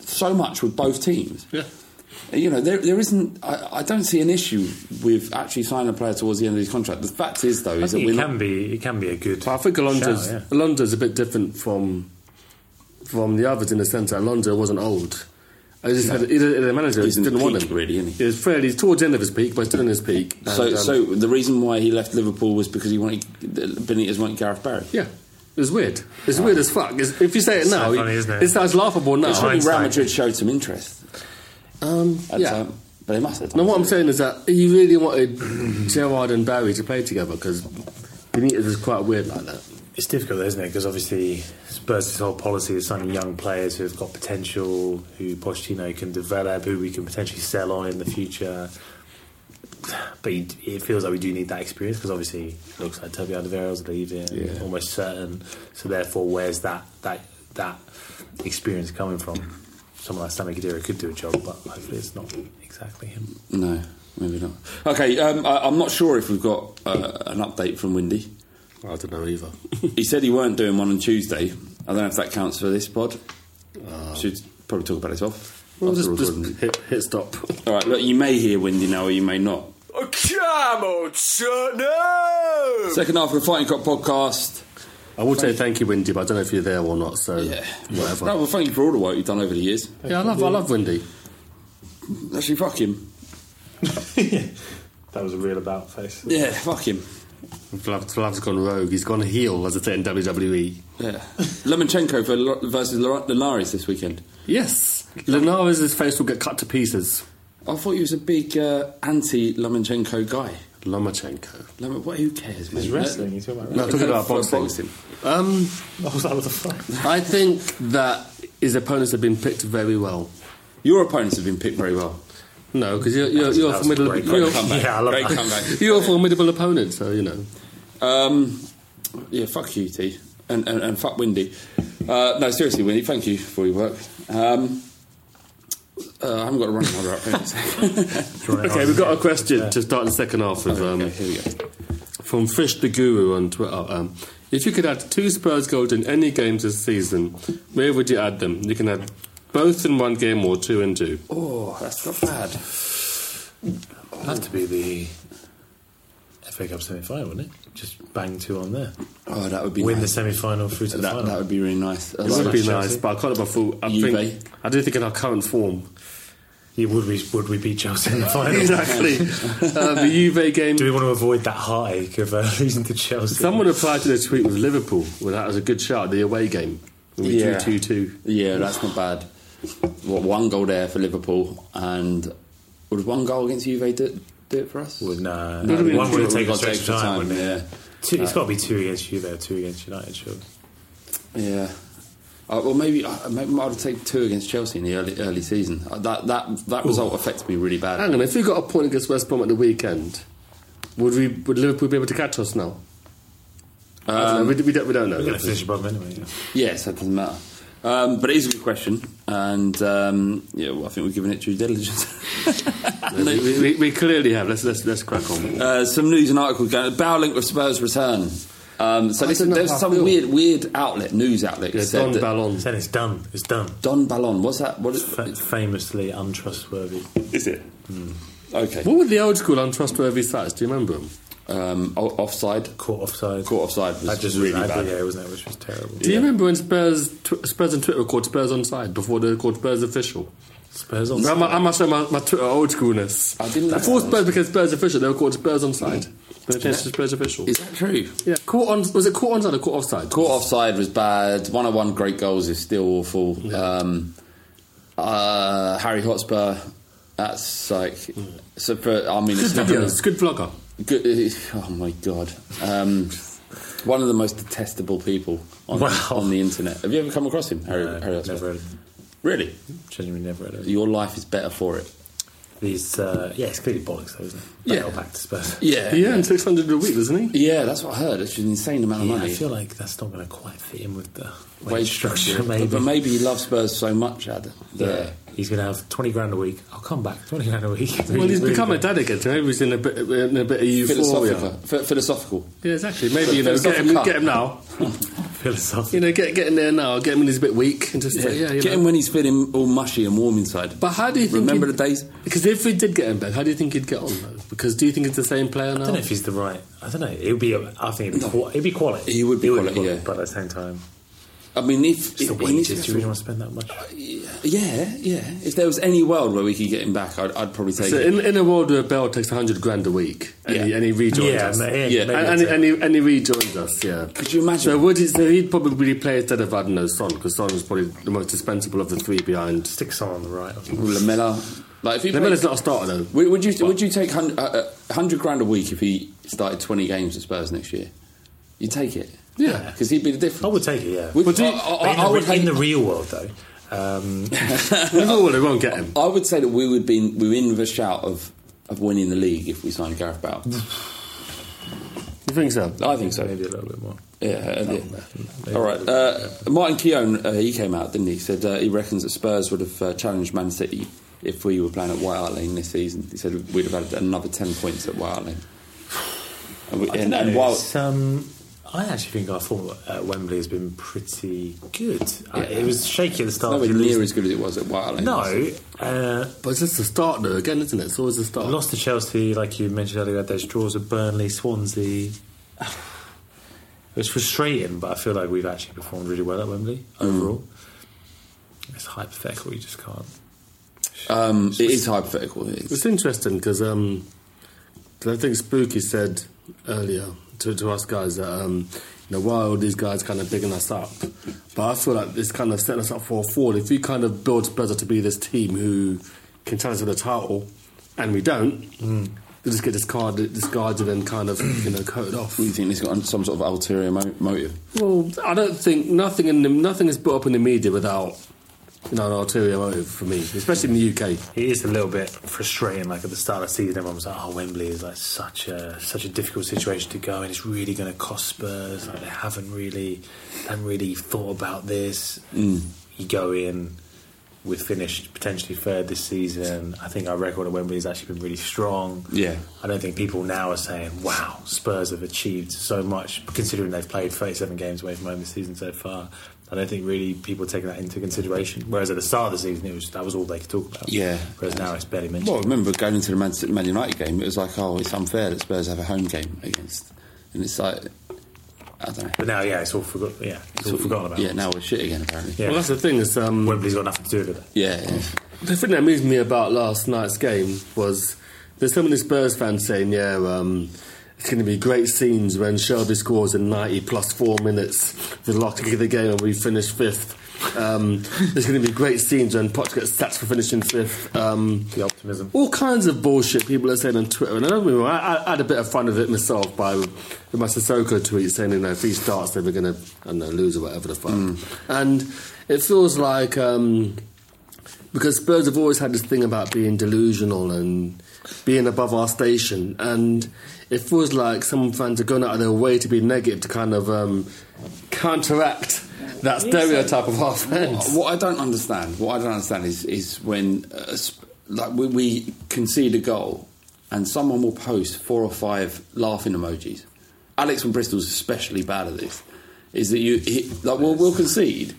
Speaker 8: so much with both teams. Uh,
Speaker 5: Yeah.
Speaker 8: You know, there, there isn't. I, I don't see an issue with actually signing a player towards the end of his contract. The fact is, though,
Speaker 6: I
Speaker 8: is that
Speaker 6: think
Speaker 8: we're
Speaker 6: it
Speaker 8: not.
Speaker 6: can be. It can be a good.
Speaker 5: But I think Alonso's,
Speaker 6: shout,
Speaker 5: Alonso's a bit different from from the others in the sense that Alonso wasn't old. I just had, he, the the manager
Speaker 8: He's in
Speaker 5: didn't want
Speaker 8: peak,
Speaker 5: him.
Speaker 8: really, isn't he?
Speaker 5: He was fairly he's towards the end of his peak, but he's still in his peak. And,
Speaker 8: So,
Speaker 5: um,
Speaker 8: so the reason why he left Liverpool was because he wanted Benitez wanted Gareth Barry.
Speaker 5: yeah, It's weird. It's weird as fuck. It's, if you say it
Speaker 8: It's so
Speaker 5: now,
Speaker 8: funny, isn't it?
Speaker 5: sounds laughable now.
Speaker 8: It's probably Real Madrid showed some interest.
Speaker 5: Um,
Speaker 8: At
Speaker 5: yeah.
Speaker 8: time. But they must have done.
Speaker 5: No, what I'm saying is that he really wanted Gerard and Barry to play together because Benitez is quite weird like that.
Speaker 6: It's difficult, isn't it? Because obviously Spurs' whole policy is signing young players who have got potential, who Pochettino can develop, who we can potentially sell on in the future. But he- it feels like we do need that experience because obviously it looks like Toby Alderweireld's leaving,
Speaker 5: Yeah.
Speaker 6: almost certain. So therefore, where's that that that experience coming from? Someone like Sammy Kadira could do a job, but hopefully it's not exactly him.
Speaker 8: No, maybe not. Okay, um, I, I'm not sure if we've got uh, an update from Windy.
Speaker 5: I don't know either.
Speaker 8: he said he weren't doing one on Tuesday. I don't know if that counts for this pod. Should probably talk about it off.
Speaker 5: Well,
Speaker 8: after
Speaker 5: just,
Speaker 8: recording.
Speaker 5: just hit, hit stop.
Speaker 8: All right, look, you may hear Windy now or you may not.
Speaker 10: Come on, son, no!
Speaker 8: Second half of the Fighting Cock podcast.
Speaker 5: I would say thank you, Windy, but I don't know if you're there or not. So whatever.
Speaker 8: No, well, thank you for all the work you've done over the years.
Speaker 5: yeah, I love, I love Windy.
Speaker 8: Actually, fuck him.
Speaker 6: That was a real about face.
Speaker 8: Yeah, fuck him.
Speaker 5: Flav, Flav's gone rogue. He's gone heel, as I said in WWE.
Speaker 8: Yeah. Lemonchenko for, Lo- versus Lo- Linares this weekend.
Speaker 5: Yes, Linares' face will get cut to pieces.
Speaker 8: I thought he was a big uh, anti Lomachenko guy.
Speaker 5: Lomachenko.
Speaker 8: Lom- what, who cares, mate?
Speaker 6: He's wrestling. He's talking about
Speaker 5: No, I'm
Speaker 6: wrestling.
Speaker 5: talking about
Speaker 8: For
Speaker 5: boxing.
Speaker 8: boxing.
Speaker 5: Um,
Speaker 6: I was like, what the fuck?
Speaker 5: I think that his opponents have been picked very well.
Speaker 8: Your opponents have been picked very well.
Speaker 5: No, because you're, you're, you're, a
Speaker 8: That was a
Speaker 5: formidable,
Speaker 8: great
Speaker 5: you're,
Speaker 8: comeback.
Speaker 6: Yeah, I love
Speaker 8: Great
Speaker 6: that.
Speaker 8: comeback.
Speaker 5: you're a formidable opponent, so you know.
Speaker 8: Um, yeah, fuck you, T. And, and, and fuck Windy. Uh, no, seriously, Windy, thank you for your work. Um, uh, I haven't got a running order up here.
Speaker 6: Oh,
Speaker 5: Okay, we've got a question to start the second half of um,
Speaker 8: Here we go.
Speaker 5: from Fish the Guru on Twitter. Um, if you could add two Spurs goals in any games this season, where would you add them? You can add both in one game or two and two.
Speaker 8: Oh, that's not bad.
Speaker 6: It'd have to be the FA Cup semi final, wouldn't it? Just bang two on there.
Speaker 8: Oh, that would be
Speaker 6: Win the
Speaker 8: nice.
Speaker 6: semi final through to the
Speaker 8: that,
Speaker 6: final.
Speaker 8: that would be really nice. I
Speaker 5: It
Speaker 8: like
Speaker 5: would be
Speaker 8: that.
Speaker 5: nice, but I can't have a fool. I
Speaker 8: Juve.
Speaker 5: think I do think in our current form,
Speaker 6: yeah, would we would we beat Chelsea in the final?
Speaker 5: exactly. uh, the Juve game.
Speaker 6: Do we want to avoid that heartache of uh, losing to Chelsea?
Speaker 5: Someone replied to the tweet with Liverpool. Well, that was a good shot. The away game. We
Speaker 8: Yeah.
Speaker 5: drew two two.
Speaker 8: Yeah, that's not bad. What one goal there for Liverpool, and would one goal against Juve do, do it for us?
Speaker 6: would no,
Speaker 8: No, we-
Speaker 6: one would
Speaker 8: we
Speaker 6: have taken
Speaker 8: got
Speaker 6: us extra
Speaker 8: extra
Speaker 6: time,
Speaker 8: time,
Speaker 6: wouldn't it?
Speaker 8: yeah.
Speaker 6: Two, it's got to be two against Juve or two against United, sure.
Speaker 8: Yeah. Uh, well, maybe, uh, maybe I'd take two against Chelsea in the early early season. Uh, that that that result affected me really bad.
Speaker 5: Hang on, if we got a point against West Brom at the weekend, would we? Would Liverpool be able to catch us now? I don't know. we, we don't, we don't know.
Speaker 6: We're going to finish above them anyway. Yeah.
Speaker 8: Um, Yes, that doesn't matter. Um, but it is a good question, and um, yeah, well, I think we're giving it due diligence.
Speaker 5: We, we, we clearly have. Let's let's let's crack on.
Speaker 8: Uh, some news and articles going. Bowlink of Spurs return. Um, so
Speaker 5: I
Speaker 8: this,
Speaker 5: don't know
Speaker 8: there's
Speaker 5: how I
Speaker 8: some
Speaker 5: feel.
Speaker 8: weird weird outlet news outlet
Speaker 5: Yeah,
Speaker 8: said
Speaker 5: Don
Speaker 8: that-
Speaker 5: Ballon.
Speaker 6: Then it's done. It's done.
Speaker 8: Don Ballon. What's that? What is,
Speaker 6: F- famously untrustworthy. Hmm.
Speaker 8: is it? Okay.
Speaker 5: What were the old school untrustworthy sites? Do you remember them?
Speaker 8: Um, o- offside.
Speaker 6: Caught offside.
Speaker 8: Caught offside was
Speaker 6: That just
Speaker 8: really
Speaker 6: was
Speaker 8: bad.
Speaker 6: Yeah, wasn't it? Which was terrible.
Speaker 5: Do you remember when Spurs tw- Spurs on Twitter called Spurs on side before they were called Spurs official?
Speaker 6: Spurs on.
Speaker 5: I mu- I must show my, my
Speaker 8: uh,
Speaker 5: Twitter old schoolness.
Speaker 8: I didn't like
Speaker 5: Before
Speaker 8: that.
Speaker 5: Spurs became Spurs official, they were called Spurs on side. Then they changed to Spurs official.
Speaker 8: Is that true?
Speaker 5: Yeah, caught on. Was it caught onside or caught offside?
Speaker 8: Caught offside was bad. One on one great goals is still awful. Um, uh, Harry Hotspur. That's like. So for, I mean,
Speaker 5: Good
Speaker 8: it's not
Speaker 5: videos, good vlogger.
Speaker 8: Good, oh my god. Um, one of the most detestable people on,
Speaker 6: Wow.
Speaker 8: on the internet. Have you ever come across him, Harry?
Speaker 6: No,
Speaker 8: Harry Hotspur?
Speaker 6: never heard of him.
Speaker 8: Really?
Speaker 6: Genuinely never heard of it.
Speaker 8: Your life is better for it.
Speaker 6: These, uh, yeah, it's clearly bollocks, though, isn't it?
Speaker 8: Yeah.
Speaker 6: Battle back to Spurs.
Speaker 8: Yeah.
Speaker 5: He earned six hundred a week, doesn't he?
Speaker 8: Yeah, that's what I heard. It's an insane amount of
Speaker 6: Yeah,
Speaker 8: money.
Speaker 6: I feel like that's not going to quite fit in with the wage,
Speaker 8: Wage
Speaker 6: structure,
Speaker 8: structure.
Speaker 6: maybe.
Speaker 8: But maybe he loves Spurs so much, Ad.
Speaker 6: yeah.
Speaker 8: that-
Speaker 6: he's going to have 20 grand a week. I'll come back, 20 grand a week.
Speaker 5: Well, he's
Speaker 6: Really
Speaker 5: become a
Speaker 6: good.
Speaker 5: dad again. So maybe he's in a bit, in a bit of
Speaker 8: Philosophical.
Speaker 5: euphoria.
Speaker 8: Ph- philosophical.
Speaker 5: Yeah, exactly. Maybe you know, get him,
Speaker 8: Philosophical.
Speaker 5: get him now.
Speaker 6: philosophical.
Speaker 5: You know, get get him there now. Get him when he's a bit weak and just yeah, yeah you
Speaker 8: Get
Speaker 5: know.
Speaker 8: him when he's feeling all mushy and warm inside.
Speaker 5: But how do you think
Speaker 8: Remember
Speaker 5: he'd-
Speaker 8: the days?
Speaker 5: Because if we did get him back, how do you think he'd get on though? Because do you think it's the same player now?
Speaker 6: I don't know if he's the right. I don't know. It would be. I think it'd be, qua- it'd be quality.
Speaker 8: He would be
Speaker 6: It
Speaker 8: quality, yeah.
Speaker 6: But at the same time,
Speaker 8: I mean, if,
Speaker 6: It's
Speaker 8: if
Speaker 6: the
Speaker 8: he needs
Speaker 6: wages. Do
Speaker 8: to-
Speaker 6: you really want to spend that much?
Speaker 8: yeah, yeah. If there was any world where we could get him back, I'd, I'd probably take
Speaker 5: So
Speaker 8: it.
Speaker 5: in, in a world where Bell takes 100 grand a week and, he, and he rejoins
Speaker 8: Yeah,
Speaker 5: us.
Speaker 8: ma- yeah, Yeah. maybe
Speaker 5: And, and,
Speaker 8: that's
Speaker 5: he, and, he, and he rejoins us, yeah.
Speaker 8: Could you imagine?
Speaker 5: So, would he, so he'd probably play instead of, I don't know, Son, because Son was probably the most dispensable of the three behind.
Speaker 6: Stick Son on the right.
Speaker 8: Lamella. Like if he
Speaker 5: Lamella's
Speaker 8: plays-
Speaker 5: not a starter, though.
Speaker 8: Would, would you would you take hundred uh, uh, 100 grand a week if he started twenty games at Spurs next year? You take it,
Speaker 5: yeah,
Speaker 8: because he'd be the difference. I would
Speaker 6: take it, yeah.
Speaker 8: Would,
Speaker 6: But do
Speaker 8: I,
Speaker 6: you-
Speaker 8: I- I-
Speaker 6: in the
Speaker 8: I would
Speaker 6: re- in
Speaker 8: hate-
Speaker 6: the real world, though. Um,
Speaker 5: they won't get him.
Speaker 8: I would say that we would be we were in the shout of of winning the league if we signed Gareth Bale.
Speaker 5: You think so?
Speaker 8: I think so.
Speaker 6: Maybe a little bit more.
Speaker 8: Yeah, I did. All right. Uh, Martin Keown, uh, he came out, didn't he? Said uh, he reckons that Spurs would have uh, challenged Man City if we were playing at White Hart Lane this season. He said we'd have had another 10 points at White Hart Lane. And, we,
Speaker 6: I
Speaker 8: and,
Speaker 6: don't
Speaker 8: and
Speaker 6: know,
Speaker 8: while.
Speaker 6: it's, um, I actually think our form at Wembley has been pretty good. Uh,
Speaker 8: Yeah.
Speaker 6: it was shaky at the
Speaker 8: It's
Speaker 6: start.
Speaker 8: nowhere
Speaker 6: we
Speaker 8: near
Speaker 6: lose-
Speaker 8: as good as it was at White Hart Lane. last
Speaker 6: No,
Speaker 8: season.
Speaker 6: uh,
Speaker 5: but it's just a start, though, again, isn't it? It's always a start.
Speaker 6: lost to Chelsea, like you mentioned earlier. Had those draws with Burnley, Swansea. It was frustrating, but I feel like we've actually performed really well at Wembley
Speaker 8: Mm.
Speaker 6: overall. It's hypothetical. You just can't.
Speaker 8: Um, it is hypothetical. It is.
Speaker 5: It's interesting because um, 'cause I think Spooky said earlier to, to us guys that um, you know why are all these guys kind of bigging us up, but I feel like it's kind of setting us up for a fall. If we kind of build Spurs up to be this team who can challenge for the title, and we don't, they just get discarded, discarded, and kind of you know coated off.
Speaker 8: You think this got some sort of ulterior mo- motive?
Speaker 5: Well, I don't think nothing in the, nothing is brought up in the media without you know an ulterior motive for me, especially in the UK.
Speaker 6: It is a little bit frustrating. Like at the start of the season, everyone was like, "Oh, Wembley is like such a such a difficult situation to go, and it's really going to cost Spurs. Like they haven't really, haven't really thought about this."
Speaker 8: Mm.
Speaker 6: You go in, we're finished potentially third this season. I think our record at Wembley has actually been really strong.
Speaker 8: Yeah.
Speaker 6: I don't think people now are saying, "Wow, Spurs have achieved so much," considering they've played 37 games away from home this season so far. I don't think really people are taking that into consideration. Whereas at the start of the season, it was that was all they could talk about.
Speaker 8: Yeah.
Speaker 6: Whereas now it's barely mentioned.
Speaker 8: Well, I remember going into the Man, City- Man United game, it was like, oh, it's unfair that Spurs have a home game against. And it's like, I don't know.
Speaker 6: but now, yeah, it's all forgotten. Yeah, it's all forgotten about.
Speaker 8: Yeah, now we're shit again, apparently.
Speaker 6: Yeah.
Speaker 5: Well, that's the thing is um,
Speaker 6: Wembley's got nothing to do with it.
Speaker 8: Yeah, yeah.
Speaker 5: The thing that moved me about last night's game was there's so many Spurs fans saying, yeah, um, it's going to be great scenes when Shelby scores in 90 plus four minutes, the lock to kick the game, and we finish fifth. Um, there's going to be great scenes when Potts gets sacked for finishing fifth. Um,
Speaker 6: The optimism.
Speaker 5: all kinds of bullshit people are saying on Twitter, and I don't know. I, I, I had a bit of fun with it myself by with my Sissoko tweet saying, you know, if he starts, then we're going to, I don't know, lose or whatever the fuck. Mm. And it feels like um, because Spurs have always had this thing about being delusional and being above our station, and it feels like some fans are going out of their way to be negative to kind of um, counteract that stereotype of our fans.
Speaker 8: What I don't understand, what I don't understand is is when uh, sp- like we, we concede a goal and someone will post four or five laughing emojis. Alex from Bristol's especially bad at this. Is that you he, like we'll, we'll concede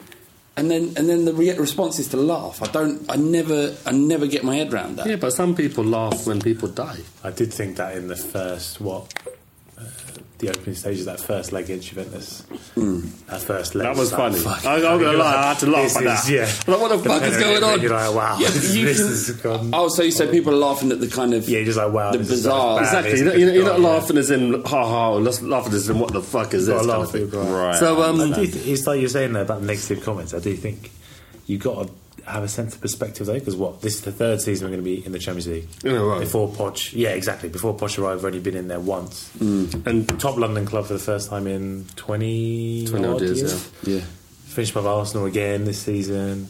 Speaker 8: and then and then the re- response is to laugh. I don't. I never. I never get my head round that.
Speaker 5: Yeah, but some people laugh when people die.
Speaker 6: I did think that in the first what. uh, The opening stages, that first leg against Juventus,
Speaker 8: Mm.
Speaker 6: that first leg.
Speaker 5: That was
Speaker 6: like,
Speaker 5: funny.
Speaker 6: fuck.
Speaker 5: I- I'm not gonna lie, I had to laugh
Speaker 6: This
Speaker 5: at
Speaker 6: is-
Speaker 5: that.
Speaker 6: Yeah,
Speaker 5: I'm like, what the fuck is going on?
Speaker 6: You're like, wow,
Speaker 8: Yeah,
Speaker 6: this,
Speaker 8: you
Speaker 6: this
Speaker 8: can-
Speaker 6: is gone.
Speaker 8: Oh, so you said people are laughing at the kind of
Speaker 6: Yeah, you're just like, wow,
Speaker 8: the
Speaker 6: this is
Speaker 8: bizarre.
Speaker 6: bad.
Speaker 5: Exactly.
Speaker 6: it's
Speaker 5: You're not,
Speaker 6: a
Speaker 5: you're not-
Speaker 6: good
Speaker 5: you're not
Speaker 6: goal, yeah.
Speaker 5: laughing as in ha ha, or just laughing as in what the fuck
Speaker 6: Got
Speaker 5: is this?
Speaker 6: a
Speaker 5: Kind
Speaker 6: laugh
Speaker 5: of thing.
Speaker 6: at it, bro.
Speaker 5: So um,
Speaker 6: I do th- it's like you're saying there about negative comments. I do think you got to have a sense of perspective though, because what this is the third season we're going to be in the Champions League.
Speaker 5: In a row.
Speaker 6: Before Poch, yeah, exactly. Before Poch arrived, we've only been in there once.
Speaker 5: and
Speaker 6: Top London club for the first time in twenty
Speaker 5: 20
Speaker 6: odd
Speaker 5: odd years,
Speaker 6: years.
Speaker 8: Yeah.
Speaker 6: Finished above Arsenal again this season.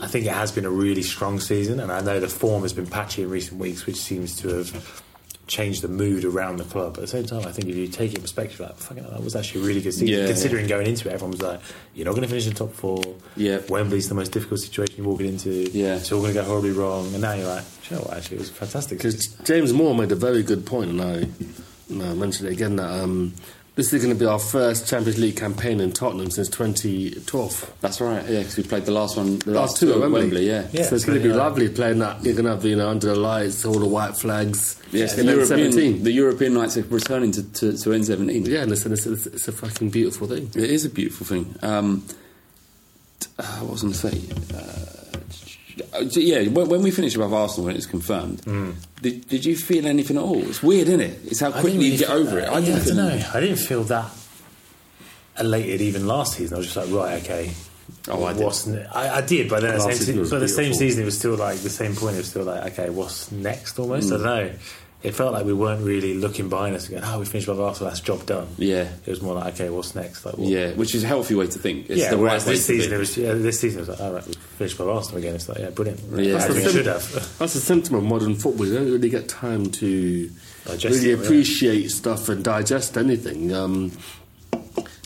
Speaker 6: I think it has been a really strong season, and I know the form has been patchy in recent weeks, which seems to have changed the mood around the club. But at the same time, I think if you take it in perspective, like, fucking hell, that was actually a really good season.
Speaker 8: Yeah,
Speaker 6: Considering going into it, everyone was like, you're not going to finish in top four.
Speaker 8: Yeah.
Speaker 6: Wembley's the most difficult situation you're walking into.
Speaker 8: Yeah.
Speaker 6: It's all going to go horribly wrong. And now you're like, "Do you know what, actually, it was a fantastic.
Speaker 5: Because
Speaker 6: season."
Speaker 5: James Moore made a very good point, and I, and I mentioned it again that um, this is going to be our first Champions League campaign in Tottenham since 2012.
Speaker 8: That's right. Yeah, because we played the last one. The
Speaker 5: Last two at Wembley.
Speaker 8: yeah.
Speaker 6: Yeah.
Speaker 5: so it's going to be
Speaker 6: Yeah.
Speaker 5: lovely playing that. You're going to have you know under the lights, all the white flags.
Speaker 8: Yes, the
Speaker 5: and then
Speaker 8: European,
Speaker 5: 17.
Speaker 8: the European nights are returning to, to, to N17.
Speaker 5: yeah, and it's, it's, it's, it's a fucking beautiful thing.
Speaker 8: It is a beautiful thing. Um, uh, what was I going to say? Uh, so yeah, when, when we finish above Arsenal, when it's confirmed, did, did you feel anything at all? It's weird, isn't it? It's how
Speaker 6: I
Speaker 8: quickly
Speaker 6: didn't really
Speaker 8: you get
Speaker 6: feel
Speaker 8: over
Speaker 6: that.
Speaker 8: it.
Speaker 6: Yeah, I
Speaker 8: feel
Speaker 6: don't know. I didn't feel that elated even last season. I was just like, right, okay.
Speaker 8: Oh, I did.
Speaker 6: what's ne- I, I did, but then the
Speaker 8: Last
Speaker 6: same
Speaker 8: season
Speaker 6: se-
Speaker 8: was
Speaker 6: but the same
Speaker 8: beautiful.
Speaker 6: season it was still like the same point. It was still like, okay, what's next? Almost.
Speaker 8: Mm.
Speaker 6: I don't know. It felt like we weren't really looking behind us and going, oh, we finished above Arsenal. That's job done.
Speaker 8: Yeah,
Speaker 6: It was more like, okay, what's next? Like, what?
Speaker 8: yeah, which is a healthy way to think. It's
Speaker 6: yeah,
Speaker 8: the right
Speaker 6: whereas
Speaker 8: way
Speaker 6: this
Speaker 8: to
Speaker 6: season it
Speaker 8: think.
Speaker 6: was yeah, this season it was like, all right, we finished above Arsenal again. It's like, yeah, brilliant.
Speaker 8: Yeah.
Speaker 6: As
Speaker 8: That's
Speaker 6: we
Speaker 8: the
Speaker 6: should
Speaker 8: thing.
Speaker 6: have.
Speaker 5: That's the sentiment of modern football. You don't really get time to
Speaker 6: Digest
Speaker 5: really
Speaker 6: it, yeah.
Speaker 5: appreciate stuff and digest anything. Um,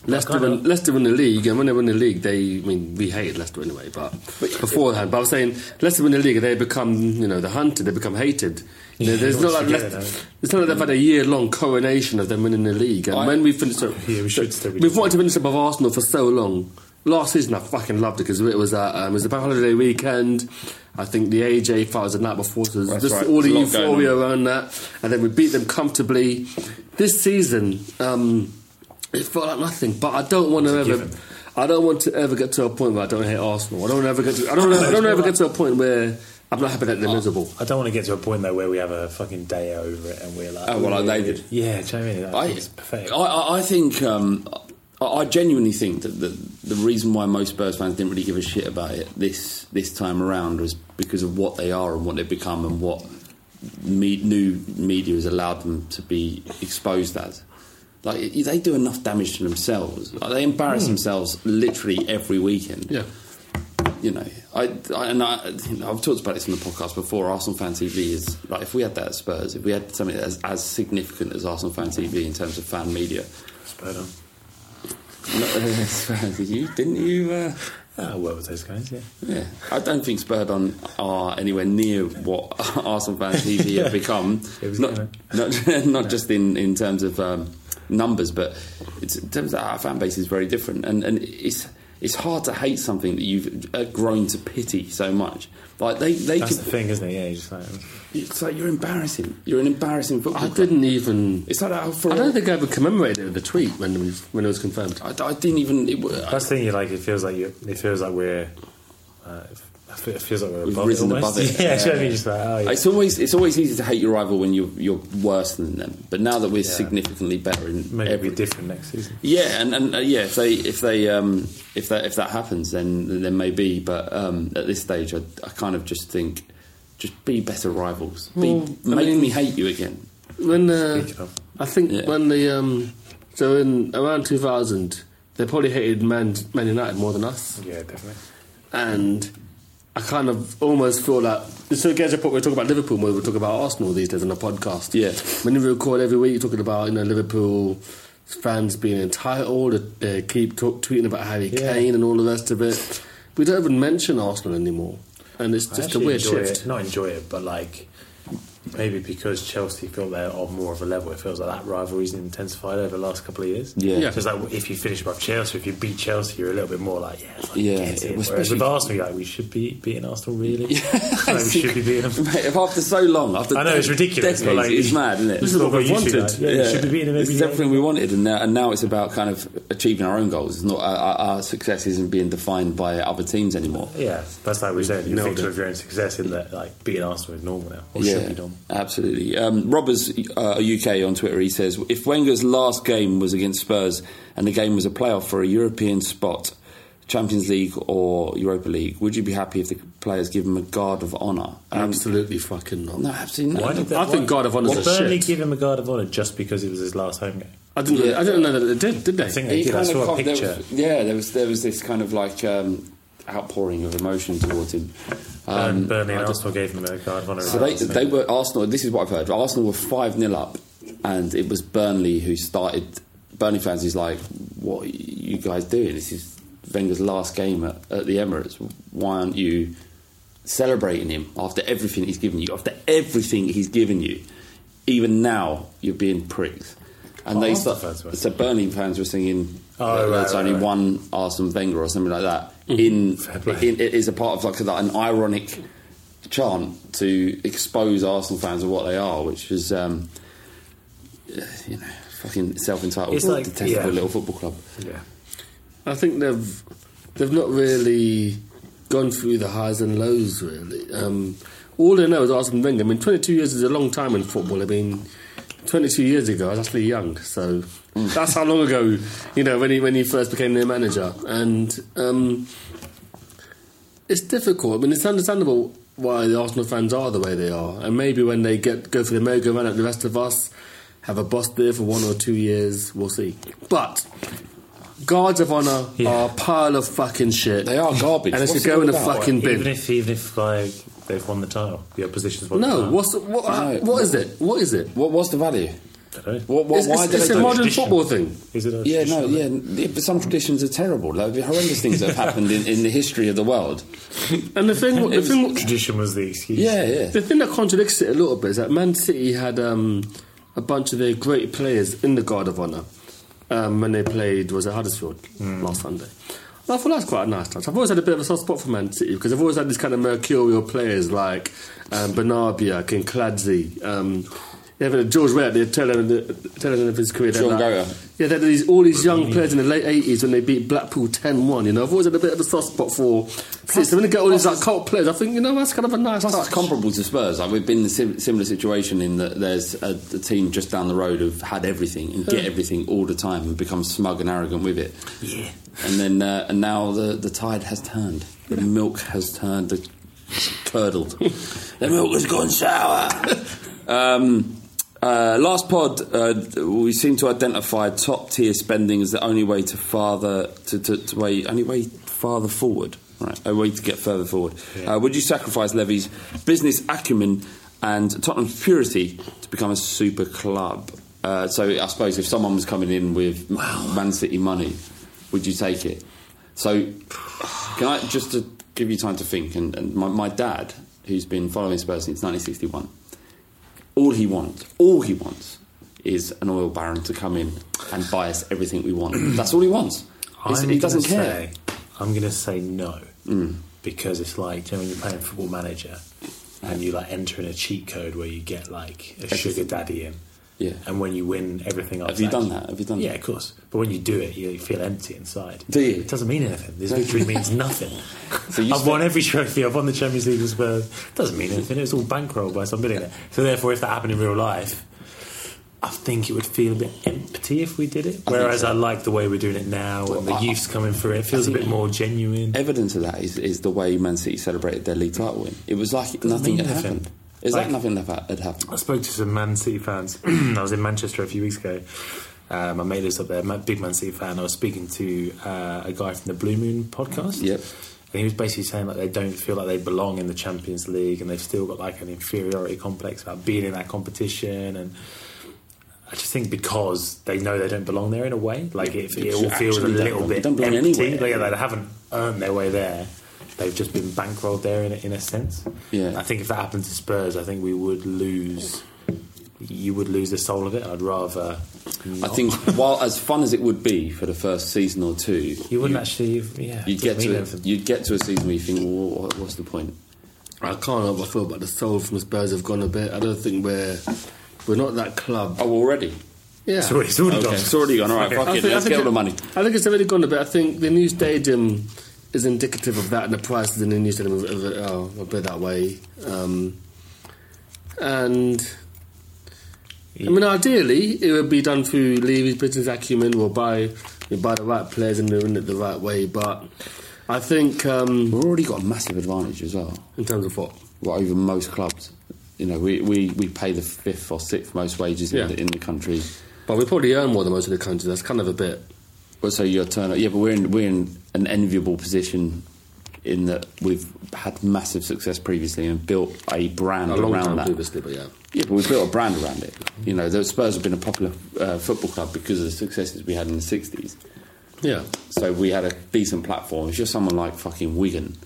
Speaker 5: Leicester,
Speaker 6: kinda-
Speaker 5: win, Leicester win the league, and when they win the league, they. I mean, we hated Leicester anyway, but beforehand. But I was saying, Leicester win the league, they become, you know, the hunted. They become hated. You know,
Speaker 6: Yeah,
Speaker 5: there's
Speaker 6: you
Speaker 5: not
Speaker 6: always
Speaker 5: like
Speaker 6: forget
Speaker 5: Leicester,
Speaker 6: that.
Speaker 5: it's not like they've had a year long coronation of them winning the league. And
Speaker 6: I-
Speaker 5: when we finished, up-
Speaker 6: Yeah, we should still be
Speaker 5: We've wanted to finish above Arsenal for so long. Last season, I fucking loved it because it was uh, um, it was the bank holiday weekend. I think the AJ fight was the night before, so there's
Speaker 8: That's
Speaker 5: just
Speaker 8: right.
Speaker 5: all the
Speaker 8: There's a lot going
Speaker 5: euphoria
Speaker 8: on.
Speaker 5: around that, and then we beat them comfortably. This season, um, it felt like nothing. But I don't want to
Speaker 6: It's a
Speaker 5: ever,
Speaker 6: given.
Speaker 5: I don't want to ever get to a point where I don't hate Arsenal. I don't want to ever get to, I don't, wanna- I don't wanna ever get to a point where I'm not happy that they're miserable.
Speaker 6: I don't want to get to a point though where we have a fucking day over it and we're like,
Speaker 8: Oh, well, like they did.
Speaker 6: Yeah, do you know what I mean? Like,
Speaker 8: I,
Speaker 6: it's pathetic.
Speaker 8: I, I- I think um, I, I genuinely think that the, the reason why most Spurs fans didn't really give a shit about it this this time around was because of what they are and what they've become and what me, new media has allowed them to be exposed as. Like they do enough damage to themselves. Like, they embarrass themselves literally every weekend
Speaker 5: Yeah.
Speaker 8: you know, I, I and I, you know, I've talked about this on the podcast before. Arsenal fan TV is like if we had that at Spurs, if we had something as, as significant as Arsenal fan TV in terms of fan media.
Speaker 6: Spurred on.
Speaker 8: No, Spurs, did you didn't you? Uh,
Speaker 6: Oh, well, with those guys, yeah.
Speaker 8: yeah, I don't think Spurred on are anywhere near what Arsenal fan TV have become.
Speaker 6: It was
Speaker 8: not
Speaker 6: gonna-
Speaker 8: not, not just in in terms of um, numbers, but it's, in terms of our fan base is very different, and and it's. It's hard to hate something that you've uh, grown to pity so much. Like they, they
Speaker 6: That's
Speaker 8: could,
Speaker 6: the thing, isn't it? Yeah, you just like, um,
Speaker 8: It's like you're embarrassing. You're an embarrassing football.
Speaker 5: I
Speaker 8: club.
Speaker 5: didn't even.
Speaker 8: It's like that for.
Speaker 5: I don't think I ever commemorated it with a tweet when we, when it was confirmed.
Speaker 8: I, I didn't even. It, wa-
Speaker 6: that's the thing. You like, it feels like you. It feels like we're. Uh, it fe- it feels like we're
Speaker 8: We've
Speaker 6: above
Speaker 8: risen
Speaker 6: it almost.
Speaker 8: above it.
Speaker 6: Yeah, do you know what I
Speaker 8: Yeah.
Speaker 6: mean? Just like, oh, yeah.
Speaker 8: it's always it's always easy to hate your rival when you're you're worse than them. But now that we're
Speaker 6: Yeah.
Speaker 8: significantly better in
Speaker 6: Maybe
Speaker 8: every
Speaker 6: be different next season.
Speaker 8: Yeah, and, and uh, yeah, if they if they um, if that if that happens, then then maybe. But um, at this stage, I, I kind of just think, just be better rivals. Be,
Speaker 5: Well, I
Speaker 8: make
Speaker 5: mean-
Speaker 8: me hate you again.
Speaker 5: When uh,
Speaker 6: Speaking of.
Speaker 5: I think
Speaker 8: Yeah.
Speaker 5: when the um, so in around 2000, they probably hated Man, Man United more than us,
Speaker 6: Yeah, definitely.
Speaker 5: and I kind of almost feel that. So it gets to a point where we talk about Liverpool more. than We talk about Arsenal these days on the podcast.
Speaker 8: Yeah.
Speaker 5: when we record every week, talking about you know Liverpool fans being entitled, uh, keep talk, tweeting about Harry
Speaker 6: Yeah.
Speaker 5: Kane and all the rest of it. We don't even mention Arsenal anymore, and it's
Speaker 6: I
Speaker 5: just a
Speaker 6: actually
Speaker 5: weird
Speaker 6: enjoy
Speaker 5: shift.
Speaker 6: It. Not enjoy it, but like maybe because Chelsea feel they're on more of a level, it feels like that rivalry's intensified over the last couple of years.
Speaker 8: Yeah. Yeah.
Speaker 6: So it's like if you finish above Chelsea, if you beat Chelsea, you're a little bit more like, yeah, like,
Speaker 8: Yeah,
Speaker 6: yeah. Get
Speaker 8: it
Speaker 6: it.
Speaker 8: was
Speaker 6: Whereas
Speaker 8: especially-
Speaker 6: with Arsenal, you're like, we should be beating Arsenal, really. Like, we should be beating them.
Speaker 8: Mate, after so long, after
Speaker 6: I know, it's
Speaker 8: dec-
Speaker 6: ridiculous, but,
Speaker 8: decades,
Speaker 6: like,
Speaker 8: it's mad, isn't it?
Speaker 6: This is what we
Speaker 5: we've
Speaker 6: wanted.
Speaker 5: wanted.
Speaker 6: Like, yeah, we should be beating them
Speaker 8: It's
Speaker 6: every
Speaker 8: everything
Speaker 6: game.
Speaker 8: we wanted, and now, and now it's about kind of achieving our own goals. It's not our, our, our success isn't being defined by other teams anymore.
Speaker 6: Yeah, that's like we said. You're
Speaker 5: Nailed
Speaker 6: victim
Speaker 5: it.
Speaker 6: of your own success in that, like beating Arsenal is normal now, or should be normal.
Speaker 8: absolutely. Um, Robbers uh, UK on Twitter, he says, if Wenger's last game was against Spurs and the game was a playoff for a European spot, Champions League or Europa League, would you be happy if the players give him a guard of honour? Um,
Speaker 5: Absolutely fucking not.
Speaker 8: no, absolutely
Speaker 6: Why
Speaker 8: not.
Speaker 6: did they,
Speaker 5: I think
Speaker 6: why-
Speaker 5: God of Honour's
Speaker 6: Did
Speaker 5: a
Speaker 6: Burnley
Speaker 5: shit.
Speaker 6: give him a guard of honour just because it was his last home game?
Speaker 5: I didn't.
Speaker 8: Yeah.
Speaker 5: I didn't know that they did. Did they?
Speaker 6: I think
Speaker 8: He
Speaker 6: they did. I
Speaker 8: kind of
Speaker 6: saw a
Speaker 8: coughed- there
Speaker 6: picture.
Speaker 8: was- yeah, there was there was this kind of like um, outpouring of emotion towards him.
Speaker 6: Um, Burnley
Speaker 8: I
Speaker 6: and
Speaker 8: don't-
Speaker 6: Arsenal gave him a card one.
Speaker 8: So they, they were Arsenal. This is what I've heard. Arsenal were five 0 up, and it was Burnley who started. Burnley fans is like, "What are you guys doing? This is Wenger's last game at, at the Emirates. Why aren't you celebrating him after everything he's given you? After everything he's given you, even now you're being pricks." And
Speaker 6: Oh,
Speaker 8: they
Speaker 6: Arsenal
Speaker 8: start,
Speaker 6: fans were.
Speaker 8: so Burnley fans were singing.
Speaker 6: Oh,
Speaker 8: "There-
Speaker 6: right,
Speaker 8: there's
Speaker 6: right,
Speaker 8: only
Speaker 6: right.
Speaker 8: one Arsene Wenger or something like that. In,
Speaker 6: Fair play.
Speaker 8: in it is a part of like a, an ironic chant to expose Arsenal fans of what they are, which is um, you know fucking self entitled,
Speaker 6: It's like-
Speaker 8: detestable
Speaker 6: yeah.
Speaker 8: little football club.
Speaker 6: yeah.
Speaker 5: I think they've they've not really gone through the highs and lows. Really, um, all they know is Arsene Wenger. I mean, 22 years is a long time in football. I mean, 22 years ago, I was actually young, so that's how long ago, you know, when he when he first became their manager, and um, it's difficult. I mean, it's understandable why the Arsenal fans are the way they are, and maybe when they get go through the merry-go-round like the rest of us, have a boss there for one or two years, we'll see. But guards of honor
Speaker 8: Oh,
Speaker 5: are a pile of fucking shit.
Speaker 8: They are garbage.
Speaker 5: and they should
Speaker 6: What's
Speaker 5: go
Speaker 6: all
Speaker 5: in a
Speaker 6: about?
Speaker 5: fucking bin.
Speaker 6: Even if, even if like, they've won the title, the opposition's won the
Speaker 5: No,
Speaker 6: title.
Speaker 5: what's what? uh, what is it? What is it?
Speaker 8: What, what's the value?
Speaker 6: I don't know.
Speaker 8: What, what,
Speaker 5: It's-
Speaker 8: why
Speaker 5: it's-
Speaker 8: do
Speaker 5: it's
Speaker 8: they
Speaker 5: a
Speaker 8: do it?
Speaker 5: modern Tradition. football thing.
Speaker 6: Is it a
Speaker 8: yeah, no,
Speaker 6: tradition?
Speaker 8: yeah, yeah. But some traditions are terrible. Like, the horrendous things that have happened in, in the history of the world.
Speaker 5: And the thing, the
Speaker 8: It's-
Speaker 5: thing,
Speaker 6: Tradition was the excuse.
Speaker 8: Yeah, yeah.
Speaker 5: The thing that contradicts it a little bit is that Man City had um, a bunch of their great players in the Guard of Honour um, when they played was at Huddersfield last Sunday. And I thought that's quite a nice touch. I've always had a bit of a soft spot for Man City because I've always had these kind of mercurial players like um, Bernabia, Kinkladze, um, yeah, George Weah at the tail end of, the, tail end of his career. they had
Speaker 8: Sean
Speaker 5: that-
Speaker 8: Gower.
Speaker 5: yeah, they had these, all these young players in the late 80s when they beat Blackpool 10 1. You know, I've always had a bit of a soft spot for. City. so when they get all these like, cult players, I think, you know, that's kind of a nice
Speaker 8: Plus,
Speaker 5: touch.
Speaker 8: it's comparable to Spurs. Like we've been in a sim- similar situation in that there's a, a team just down the road who've had everything and get
Speaker 5: Yeah.
Speaker 8: everything all the time and become smug and arrogant with it.
Speaker 6: Yeah.
Speaker 8: And then uh, and now the the tide has turned. The milk has turned. The curdled. the milk has gone sour. um, uh, last pod, uh, we seem to identify top tier spending as the only way to farther to, to, to way only way farther forward. Right, a way to get further forward. Uh, would you sacrifice Levy's business acumen and Tottenham's purity to become a super club? Uh, so I suppose if someone was coming in with Man City money, would you take it? So, can I just to give you time to think? And, and my, my dad, who's been following Spurs since 1961, all he wants, all he wants, is an oil baron to come in and buy us everything we want. That's all he wants. He's-
Speaker 6: I'm
Speaker 8: He doesn't
Speaker 6: gonna
Speaker 8: care. Mm.
Speaker 6: Say, I'm going to say no because it's like you know, when you're playing Football Manager and you like enter in a cheat code where you get like a sugar daddy in,
Speaker 8: Yeah.
Speaker 6: and when you win everything else.
Speaker 8: Have you done that? Have you done
Speaker 6: Yeah,
Speaker 8: that?
Speaker 6: of course. But when you do it, you feel empty inside.
Speaker 8: Do you?
Speaker 6: It doesn't mean anything. This victory means nothing.
Speaker 8: So you
Speaker 6: I've
Speaker 8: spent-
Speaker 6: won every trophy. I've won the Champions League with Spurs. It doesn't mean anything. It was all bankrolled by some billionaire. So therefore, if that happened in real life, I think it would feel a bit empty if we did it.
Speaker 8: I think
Speaker 6: Whereas
Speaker 8: so.
Speaker 6: I like the way we're doing it now and the
Speaker 8: I-
Speaker 6: youth's coming through. It feels a bit more genuine.
Speaker 8: Evidence of that is, is the way Man City celebrated their league title win. It was like nothing
Speaker 6: mean
Speaker 8: had
Speaker 6: nothing.
Speaker 8: happened. It's like,
Speaker 6: Like-
Speaker 8: nothing had had happened.
Speaker 6: I spoke to some Man City fans. I was in Manchester a few weeks ago. Um, I made this up there. I'm a big Man City fan. I was speaking to uh, a guy from the Blue Moon podcast.
Speaker 8: Yep.
Speaker 6: And he was basically saying that they don't feel like they belong in the Champions League and they've still got like an inferiority complex about being in that competition. And I just think because they know they don't belong there in a way, like it,
Speaker 8: You
Speaker 6: it all feels a
Speaker 8: actually don't
Speaker 6: little
Speaker 8: belong-
Speaker 6: bit
Speaker 8: don't belong
Speaker 6: empty.
Speaker 8: anywhere.
Speaker 6: Like, they haven't earned their way there. They've just been bankrolled there in a, in a sense.
Speaker 8: Yeah.
Speaker 6: I think if that happened to Spurs, I think we would lose. You would lose the soul of it. I'd rather.
Speaker 8: I
Speaker 6: not.
Speaker 8: think, while as fun as it would be for the first season or two,
Speaker 6: you wouldn't actually. Yeah, doesn't
Speaker 8: you'd get
Speaker 6: mean
Speaker 8: to
Speaker 6: anything.
Speaker 8: you'd get to a season where you think, well, what, what's the point?
Speaker 5: I can't help but feel about the soul from the Spurs have gone a bit. I don't think we're we're not that club.
Speaker 8: Oh, already.
Speaker 5: Yeah,
Speaker 6: Sorry, it's already
Speaker 8: Okay,
Speaker 6: gone.
Speaker 8: it's already gone. All right,
Speaker 6: Okay.
Speaker 8: fuck
Speaker 5: I
Speaker 8: it.
Speaker 5: think- I
Speaker 8: Let's
Speaker 5: think
Speaker 8: get all
Speaker 5: it-
Speaker 8: the money.
Speaker 5: I think it's already gone a bit. I think the new stadium is indicative of that, and the prices in the new stadium of, of, are a bit that way. Um, and I mean, ideally, it would be done through Levy's business acumen. We'll buy we buy the right players and doing it the right way. But I think um,
Speaker 8: We've already got a massive advantage as well.
Speaker 5: in terms of what.
Speaker 8: Well, over most clubs, you know, we, we, we pay the fifth or sixth most wages
Speaker 5: Yeah.
Speaker 8: in, the, in the country.
Speaker 5: But we probably earn more than most of the country. That's kind of a bit.
Speaker 8: Well, so your turn, yeah, but we're in we're in an enviable position in that we've had massive success previously and built a brand
Speaker 5: a long
Speaker 8: around
Speaker 5: time
Speaker 8: that.
Speaker 5: previously, but yeah.
Speaker 8: Yeah, but we've built a brand around it. You know, the Spurs have been a popular uh, football club because of the successes we had in the '60s.
Speaker 5: Yeah.
Speaker 8: So we had a decent platform. If you're someone like fucking Wigan,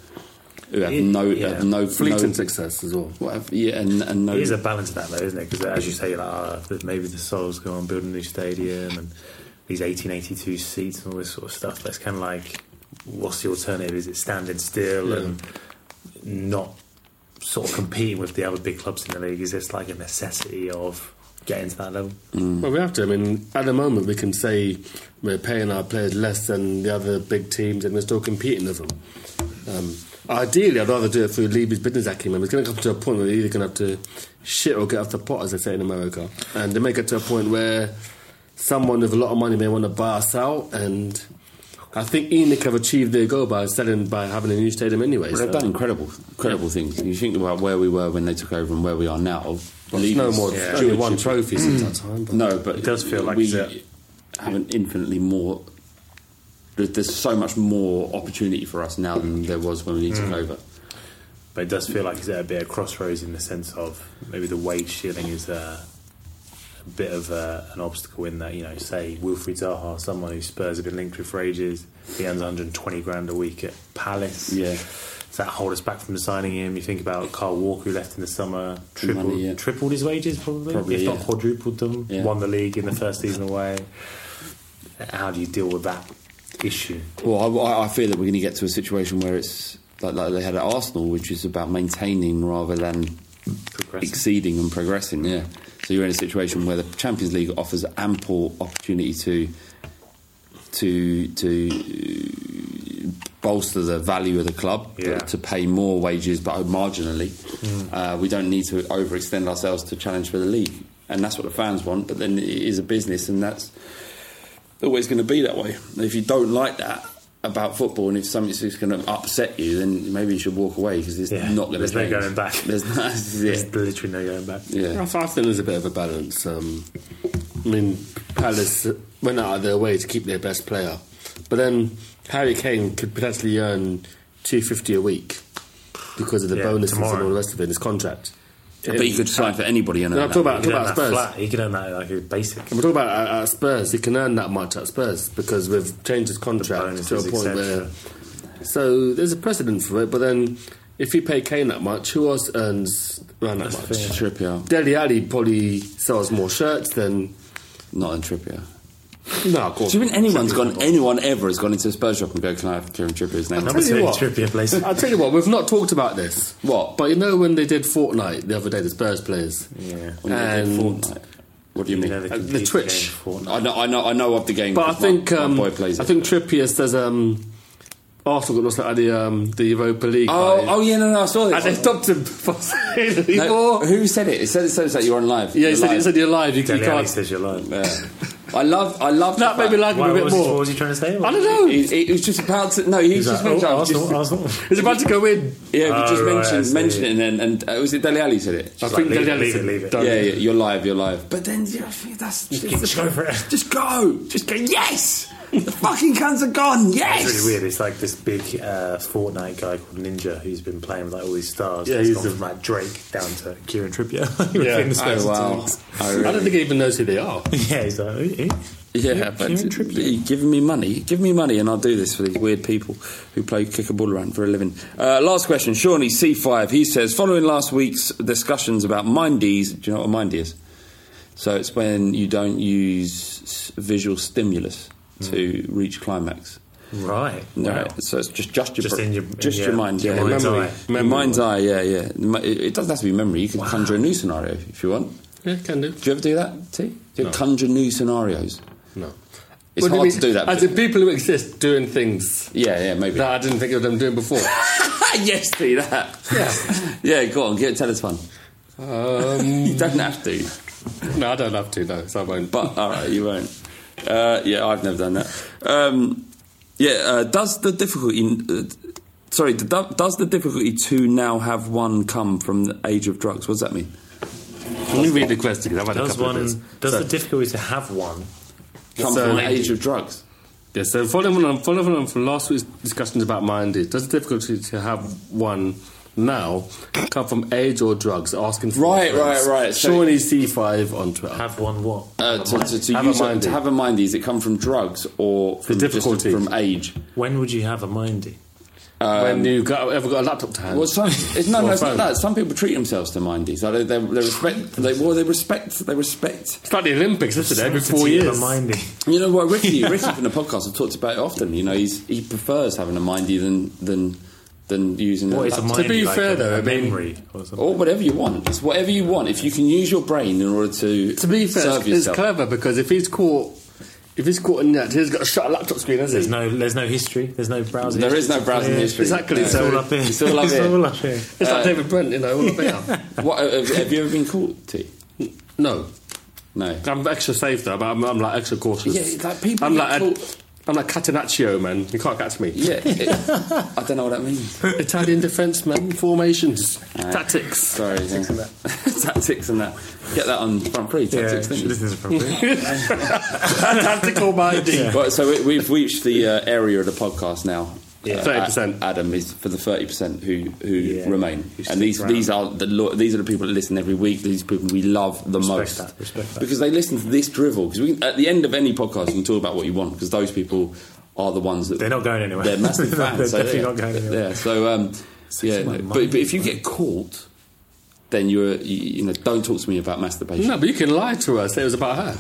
Speaker 8: who have
Speaker 6: It-
Speaker 8: no
Speaker 6: yeah.
Speaker 8: have no
Speaker 5: Fleeting
Speaker 8: no,
Speaker 5: success as well.
Speaker 8: whatever, yeah, and, and no
Speaker 6: It is a balance of that, though, isn't it? Because as you say, you're like, ah, that maybe the soul's go on building a new stadium and these 1882 seats and all this sort of stuff. But it's kind of like, what's the alternative? Is it standing still and not sort of competing with the other big clubs in the league? Is this like a necessity of get into that level.
Speaker 5: Well, we have to. I mean, at the moment, we can say we're paying our players less than the other big teams, and we're still competing with them. Um, ideally, I'd rather do it through Levy's business acumen. It's going to come to a point where they're either going to have to shit or get off the pot, as they say in America, and they may get to a point where someone with a lot of money may want to buy us out and. I think Enoch have achieved their goal by selling by having a new stadium anyway.
Speaker 8: Well,
Speaker 5: so-
Speaker 8: they've done incredible, incredible things. You think about where we were when they took over and where we are now.
Speaker 5: Well, it's no more- it's only one trophy since that time, but-
Speaker 8: no, but
Speaker 5: It does feel like
Speaker 8: we
Speaker 5: it's a-
Speaker 8: have an infinitely more. There's, there's so much more opportunity for us now than there was when we took
Speaker 6: Mm.
Speaker 8: over.
Speaker 6: But it does feel like it's at a bit of crossroads in the sense of maybe the wage ceiling is a, a bit of a, an obstacle in that, you know, say Wilfried Zaha, someone who Spurs have been linked with for ages, he earns 120 grand a week at Palace.
Speaker 8: Yeah.
Speaker 6: Does that hold us back from signing him? You think about Carl Walker, who left in the summer, tripled,
Speaker 8: money, yeah.
Speaker 6: tripled his wages probably,
Speaker 8: Probably,
Speaker 6: if not
Speaker 8: yeah.
Speaker 6: quadrupled them,
Speaker 8: Yeah.
Speaker 6: won the league in the first season away. How do you deal with that issue?
Speaker 8: Well, I- I, I feel that we're going to get to a situation where it's like, like they had at Arsenal, which is about maintaining rather than exceeding and progressing. Yeah. So you're in a situation where the Champions League offers ample opportunity to to to bolster the value of the club,
Speaker 6: Yeah. Mm.
Speaker 8: to pay more wages but marginally. Uh, we don't need to overextend ourselves to challenge for the league, and that's what the fans want. But then it is a business, and that's always going to be that way. If you don't like that about football, and if something's just going to upset you, then maybe you should walk away because it's
Speaker 6: Yeah.
Speaker 8: not going to.
Speaker 6: There's no going back.
Speaker 8: There's, no,
Speaker 6: There's literally no going back.
Speaker 8: Yeah.
Speaker 5: I think there's a bit of a balance. Um, I mean, Palace went out of their way to keep their best player, but then Harry Kane could potentially earn two fifty a week because of the
Speaker 8: Yeah,
Speaker 5: bonuses and
Speaker 8: tomorrow.
Speaker 5: all the rest of it in his contract.
Speaker 8: But he could sign for anybody. You know,
Speaker 5: No, I'm talking about,
Speaker 6: He
Speaker 5: talking
Speaker 6: can
Speaker 5: about
Speaker 6: earn that
Speaker 5: Spurs.
Speaker 6: flat. He can earn that like a basic.
Speaker 5: We're talking about at, at Spurs. He can earn that much at Spurs because we've changed his contract to a
Speaker 6: bonuses,
Speaker 5: point
Speaker 6: et cetera.
Speaker 5: where. So there's a precedent for it, but then if you pay Kane that much, who else earns around that much?
Speaker 8: Trippier,
Speaker 5: Deli Ali probably sells more shirts than.
Speaker 8: not in Trippier.
Speaker 5: No, of course.
Speaker 8: Do you think anyone's gone? Anyone ever has gone into a Spurs shop and go, "Can I have Kieran Trippier's name?"
Speaker 5: I'll tell, you what,
Speaker 6: place.
Speaker 5: I'll tell you what, we've not talked about this.
Speaker 8: What?
Speaker 5: But you know when they did Fortnite the other day, the Spurs players?
Speaker 6: Yeah.
Speaker 8: When they did
Speaker 5: And-
Speaker 8: Fortnite. What do you mean?
Speaker 5: know they Uh, can the keep the Twitch. game
Speaker 8: I know, I know, I know of the game.
Speaker 5: But I
Speaker 8: 'cause my-
Speaker 5: think
Speaker 8: my
Speaker 5: um,
Speaker 8: boy plays
Speaker 5: I
Speaker 8: it.
Speaker 5: think Trippier says um, Arsenal got lost out of the um, the Europa League.
Speaker 8: Oh,
Speaker 5: by-
Speaker 8: oh yeah, no, no, I saw this.
Speaker 5: And they stopped him for saying it
Speaker 8: No,
Speaker 5: anymore.
Speaker 8: who said it? It said it says that you're on live.
Speaker 5: Yeah, he
Speaker 8: You're
Speaker 5: said, he
Speaker 8: live.
Speaker 5: said you're live. You, you
Speaker 6: Dele Alli
Speaker 5: can't.
Speaker 6: says you're lying.
Speaker 8: Yeah. I love, I love
Speaker 5: That made me like him
Speaker 6: Why,
Speaker 5: a
Speaker 6: what,
Speaker 5: bit
Speaker 6: was he, what
Speaker 5: more.
Speaker 6: was he trying to say?
Speaker 5: I don't know.
Speaker 8: He, he was just about to. No, he
Speaker 6: He's
Speaker 8: was just
Speaker 6: like,
Speaker 8: mentioned.
Speaker 6: oh,
Speaker 8: I was
Speaker 6: Arsenal,
Speaker 8: just-
Speaker 6: Arsenal.
Speaker 5: He's about to go in.
Speaker 8: Yeah, we just
Speaker 6: Oh, right, I
Speaker 8: mentioned
Speaker 6: see.
Speaker 8: mentioned it, and then and uh, was it Dele Alli said it?
Speaker 5: I
Speaker 6: like,
Speaker 5: think
Speaker 6: leave
Speaker 5: Dele
Speaker 6: it,
Speaker 5: Alli
Speaker 6: leave it,
Speaker 5: said,
Speaker 6: leave it.
Speaker 5: "Don't."
Speaker 8: yeah, yeah, you're live, you're live. But then yeah, I think that's just,
Speaker 6: Just go for it.
Speaker 8: Just go, just go. Yes, the fucking cunts are gone. Yes,
Speaker 6: It's really weird. It's like this big uh, Fortnite guy called Ninja who's been playing with like all these stars.
Speaker 5: Yeah,
Speaker 6: he's
Speaker 5: he's
Speaker 6: gone
Speaker 5: the-
Speaker 6: from like Drake down to Kieran Trippier.
Speaker 5: Yeah.
Speaker 6: Within the space
Speaker 8: Oh
Speaker 6: of two
Speaker 8: wow!
Speaker 6: weeks.
Speaker 8: I,
Speaker 5: I don't
Speaker 8: really-
Speaker 5: think he even knows who they are.
Speaker 6: Yeah, he's like, "Who- who?"
Speaker 8: Yeah, but
Speaker 6: Kieran
Speaker 8: you giving me money, give me money, and I'll do this for these weird people who play kick a ball around for a living. Uh, last question, Shawnee C5. He says, following last week's discussions about mindies, do you know what a mindy is? So it's when you don't use s- visual stimulus to reach climax.
Speaker 6: Hmm. right.
Speaker 8: Right.
Speaker 6: Wow.
Speaker 8: So it's just just your
Speaker 6: Just in your-
Speaker 8: just
Speaker 6: in
Speaker 8: your,
Speaker 6: your-
Speaker 8: mind,
Speaker 6: your
Speaker 8: yeah,
Speaker 6: mind's
Speaker 8: Your
Speaker 6: eye.
Speaker 8: Your mind's eye, yeah, yeah. It- It doesn't have to be memory. You can conjure a new scenario if you want.
Speaker 5: Yeah, can do.
Speaker 8: Do you ever do that, T? Do you
Speaker 5: No.
Speaker 8: conjure new scenarios?
Speaker 5: No.
Speaker 8: It's
Speaker 5: What do you
Speaker 8: hard
Speaker 5: mean?
Speaker 8: to do that.
Speaker 5: As in people who exist doing things
Speaker 8: yeah, yeah, maybe.
Speaker 5: that I didn't think of them doing before.
Speaker 8: yes, T, that. Yeah. yeah, go on, get tell us one. You
Speaker 5: um,
Speaker 8: don't have to,
Speaker 5: no, I don't have to, no, so I won't.
Speaker 8: but all right, you won't. Uh, yeah, I've never done that. Um, yeah, uh, does the difficulty? Uh, sorry, d- does the difficulty to now have one come from the age of drugs? What does that mean?
Speaker 5: Let me read the question because I've had a
Speaker 6: Does
Speaker 5: couple
Speaker 6: one?
Speaker 5: of these.
Speaker 6: Does the difficulty to have one?
Speaker 8: Come
Speaker 5: So-
Speaker 8: from the age of drugs.
Speaker 5: Yeah, so following on, following on from last week's discussions about minded, does the difficulty to have one now come from age or drugs? Asking for
Speaker 8: Right,
Speaker 5: reference.
Speaker 8: right, Uh, right, so-
Speaker 5: Shawnee C5 on Twitter.
Speaker 6: Have one what?
Speaker 8: Uh, to, to, to,
Speaker 5: Have a
Speaker 8: use a,
Speaker 5: mindy.
Speaker 8: to have a mind does it come from drugs or from just
Speaker 5: difficulty.
Speaker 8: from age?
Speaker 6: When would you have a mindy?
Speaker 5: when you got, ever got a laptop to hand?
Speaker 8: Well, some, it's, no,
Speaker 5: Or
Speaker 8: no,
Speaker 5: a
Speaker 8: it's not
Speaker 5: phone.
Speaker 8: that. Some people treat themselves to mindies. Like they, they, they respect. They, well, they respect. They respect.
Speaker 5: It's like the Olympics, isn't it? Every four
Speaker 6: Sanctity of
Speaker 5: years.
Speaker 6: A mindy.
Speaker 8: You know what, Ricky, Ricky from the podcast, I've talked about it often. You know, he's, he prefers having a mindy than than than using
Speaker 6: What
Speaker 8: a
Speaker 6: is a
Speaker 8: laptop.
Speaker 6: mind, To be like fair, a- though, a I mean- memory
Speaker 8: or, whatever you want. It's whatever you want. If you can use your brain in order to
Speaker 5: To be fair,
Speaker 8: serve
Speaker 5: it's, it's
Speaker 8: yourself.
Speaker 5: clever because if he's caught, if he's caught in that, he's got to shut a laptop screen, hasn't
Speaker 6: There's
Speaker 5: he?
Speaker 6: no, there's no history. There's no browsing.
Speaker 8: There
Speaker 6: history
Speaker 8: is no
Speaker 6: to
Speaker 8: browsing
Speaker 6: clear.
Speaker 8: history.
Speaker 5: Exactly,
Speaker 6: It's
Speaker 5: so-
Speaker 6: all up here.
Speaker 8: It's all up
Speaker 6: It's
Speaker 8: here.
Speaker 6: all up here.
Speaker 5: It's
Speaker 8: Uh,
Speaker 5: like David Brent, you know, all about.
Speaker 8: What, uh, have, have you ever been caught? T?
Speaker 5: No,
Speaker 8: No.
Speaker 5: I'm extra safe though, but I'm, I'm like extra cautious.
Speaker 8: Yeah, like people
Speaker 5: I'm
Speaker 8: get
Speaker 5: like
Speaker 8: caught-
Speaker 5: I'm like Catenaccio, man. You can't catch me.
Speaker 8: Yeah, it- I don't know what that means.
Speaker 5: Italian defence, man. Formations,
Speaker 8: Right.
Speaker 5: tactics.
Speaker 8: Sorry, tactics,
Speaker 5: and
Speaker 8: tactics and that. Get that on front three. Tactics,
Speaker 6: Yeah,
Speaker 8: didn't you?
Speaker 6: this is appropriate.
Speaker 5: Tactical minding.
Speaker 8: Well, so we, we've reached the uh, area of the podcast now.
Speaker 5: Yeah.
Speaker 8: Uh,
Speaker 5: 30%.
Speaker 8: A- Adam is for the thirty percent who who
Speaker 6: Yeah.
Speaker 8: remain,
Speaker 6: Who stick
Speaker 8: and these
Speaker 6: around.
Speaker 8: these are the lo- these are the people that listen every week. These people we love the
Speaker 6: Respect
Speaker 8: most
Speaker 6: that, respect that.
Speaker 8: because they listen to this drivel. Because at the end of any podcast, you can talk about what you want because those people are the ones that
Speaker 6: They're not going anywhere.
Speaker 8: They're massive fans.
Speaker 6: They're
Speaker 8: so
Speaker 6: definitely
Speaker 8: yeah.
Speaker 6: not going anywhere.
Speaker 8: Yeah. So um, yeah,
Speaker 6: my
Speaker 8: but,
Speaker 6: mind.
Speaker 8: but if you get caught, then you're you, you know don't talk to me about masturbation.
Speaker 5: No, but you can lie to us. that It was about her.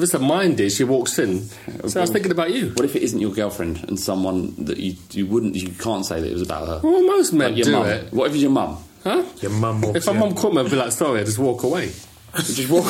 Speaker 5: If it's a mind dish, she walks in. So I was thinking about you.
Speaker 8: What if it isn't your girlfriend and someone that you, you wouldn't you can't say that it was about her?
Speaker 5: Well, most men
Speaker 8: Like your
Speaker 5: do
Speaker 8: mum.
Speaker 5: it,
Speaker 8: What if it's your mum?
Speaker 5: huh?
Speaker 6: Your mum walks
Speaker 5: If my
Speaker 6: in.
Speaker 5: mum caught me, I'd be like, "Sorry, I just walk away."
Speaker 8: Just walk.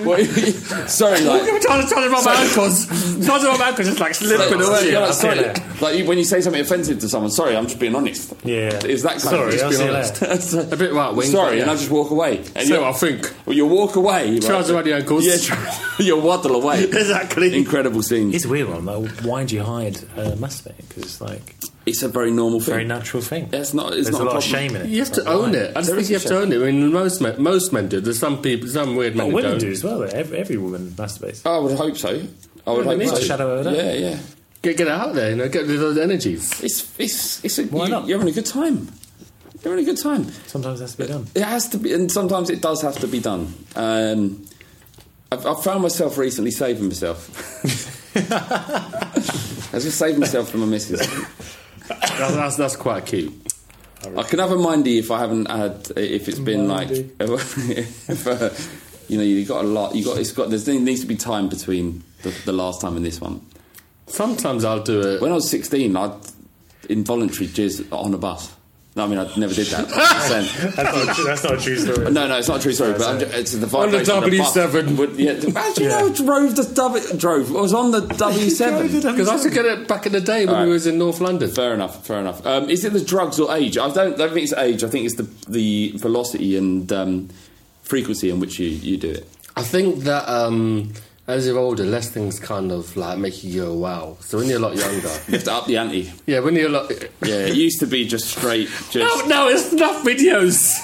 Speaker 8: what if- sorry, like.
Speaker 5: I'm trying to tell about my ankles. Trying to about my ankles, just like slipping
Speaker 8: Like,
Speaker 5: away.
Speaker 8: you're like,
Speaker 5: I'll see you
Speaker 8: sorry,
Speaker 5: later.
Speaker 8: like you, when you say something offensive to someone, sorry, I'm just being honest.
Speaker 6: Yeah.
Speaker 8: Is that kind
Speaker 6: Sorry,
Speaker 8: of
Speaker 6: I'll
Speaker 8: just
Speaker 6: see you
Speaker 8: being honest?
Speaker 5: A bit right wing, but
Speaker 8: Sorry,
Speaker 5: yeah.
Speaker 8: and I just walk away. And
Speaker 5: So
Speaker 8: you'll-
Speaker 5: I think.
Speaker 8: well, you'll walk away.
Speaker 5: Trousers around your ankles.
Speaker 8: Yeah, tr- you'll waddle away.
Speaker 5: Exactly.
Speaker 8: Incredible scene.
Speaker 6: It's a weird one. Like, why do you hide uh, masturbating? Because it's like
Speaker 8: It's a very normal thing.
Speaker 6: very natural thing.
Speaker 8: That's not- it's
Speaker 6: There's
Speaker 8: not
Speaker 6: a
Speaker 8: a
Speaker 6: lot of
Speaker 8: problem.
Speaker 6: shame in it.
Speaker 5: You have to
Speaker 6: Like,
Speaker 5: own
Speaker 6: why?
Speaker 5: it. I just
Speaker 8: There
Speaker 5: think
Speaker 8: is
Speaker 5: you
Speaker 8: a
Speaker 5: have to
Speaker 8: shame.
Speaker 5: own it. I mean, most men, most men do. There's some people, some weird men
Speaker 6: But
Speaker 5: who
Speaker 6: Oh, women
Speaker 5: don't.
Speaker 6: do as well. though. Every, every woman masturbates.
Speaker 8: Oh, I would hope so. I would
Speaker 5: Yeah,
Speaker 8: hope
Speaker 5: they need
Speaker 8: so.
Speaker 5: to.
Speaker 6: Shadow of a doubt.
Speaker 8: yeah, yeah.
Speaker 5: Get, get it out there, you know, get rid of those energies.
Speaker 8: It's it's it's a,
Speaker 6: Why
Speaker 8: you,
Speaker 6: not?
Speaker 8: you're having a good time. You're having a good time.
Speaker 6: Sometimes it has to be done.
Speaker 8: It has to be, and sometimes it does have to be done. Um, I've, I've found myself recently saving myself. I was just saving myself from my missus.
Speaker 5: That's, that's, that's quite cute.
Speaker 8: I can have a mindy if I haven't had if it's been like if, uh, you know you got a lot you got it's got there's, there needs to be time between the, the last time and this one.
Speaker 5: Sometimes I'll do it.
Speaker 8: When I was 16, I involuntary jizz on a bus. No, I mean, I never did that. I'm just saying.
Speaker 6: That's not, that's not a true story.
Speaker 8: No, no, it's not true. Sorry, but I'm ju- it's the vibration of
Speaker 5: On the
Speaker 8: bus
Speaker 5: W7.
Speaker 8: Would, yeah, the- how do you know I drove the W? Drove. I was on the W7.
Speaker 5: Because I used to get it back in the day when
Speaker 8: Alright.
Speaker 5: we was in North London.
Speaker 8: Fair enough. Fair enough. Um, is it the drugs or age? I don't. I don't think it's age. I think it's the the velocity and um, frequency in which you, you do it.
Speaker 5: I think that um, as you're older, less things kind of like make you go wow. So when you're a lot younger,
Speaker 8: You have to up the ante.
Speaker 5: yeah, when you're a lot.
Speaker 8: Yeah, it used to be just straight. Just
Speaker 5: No, no, it's enough videos.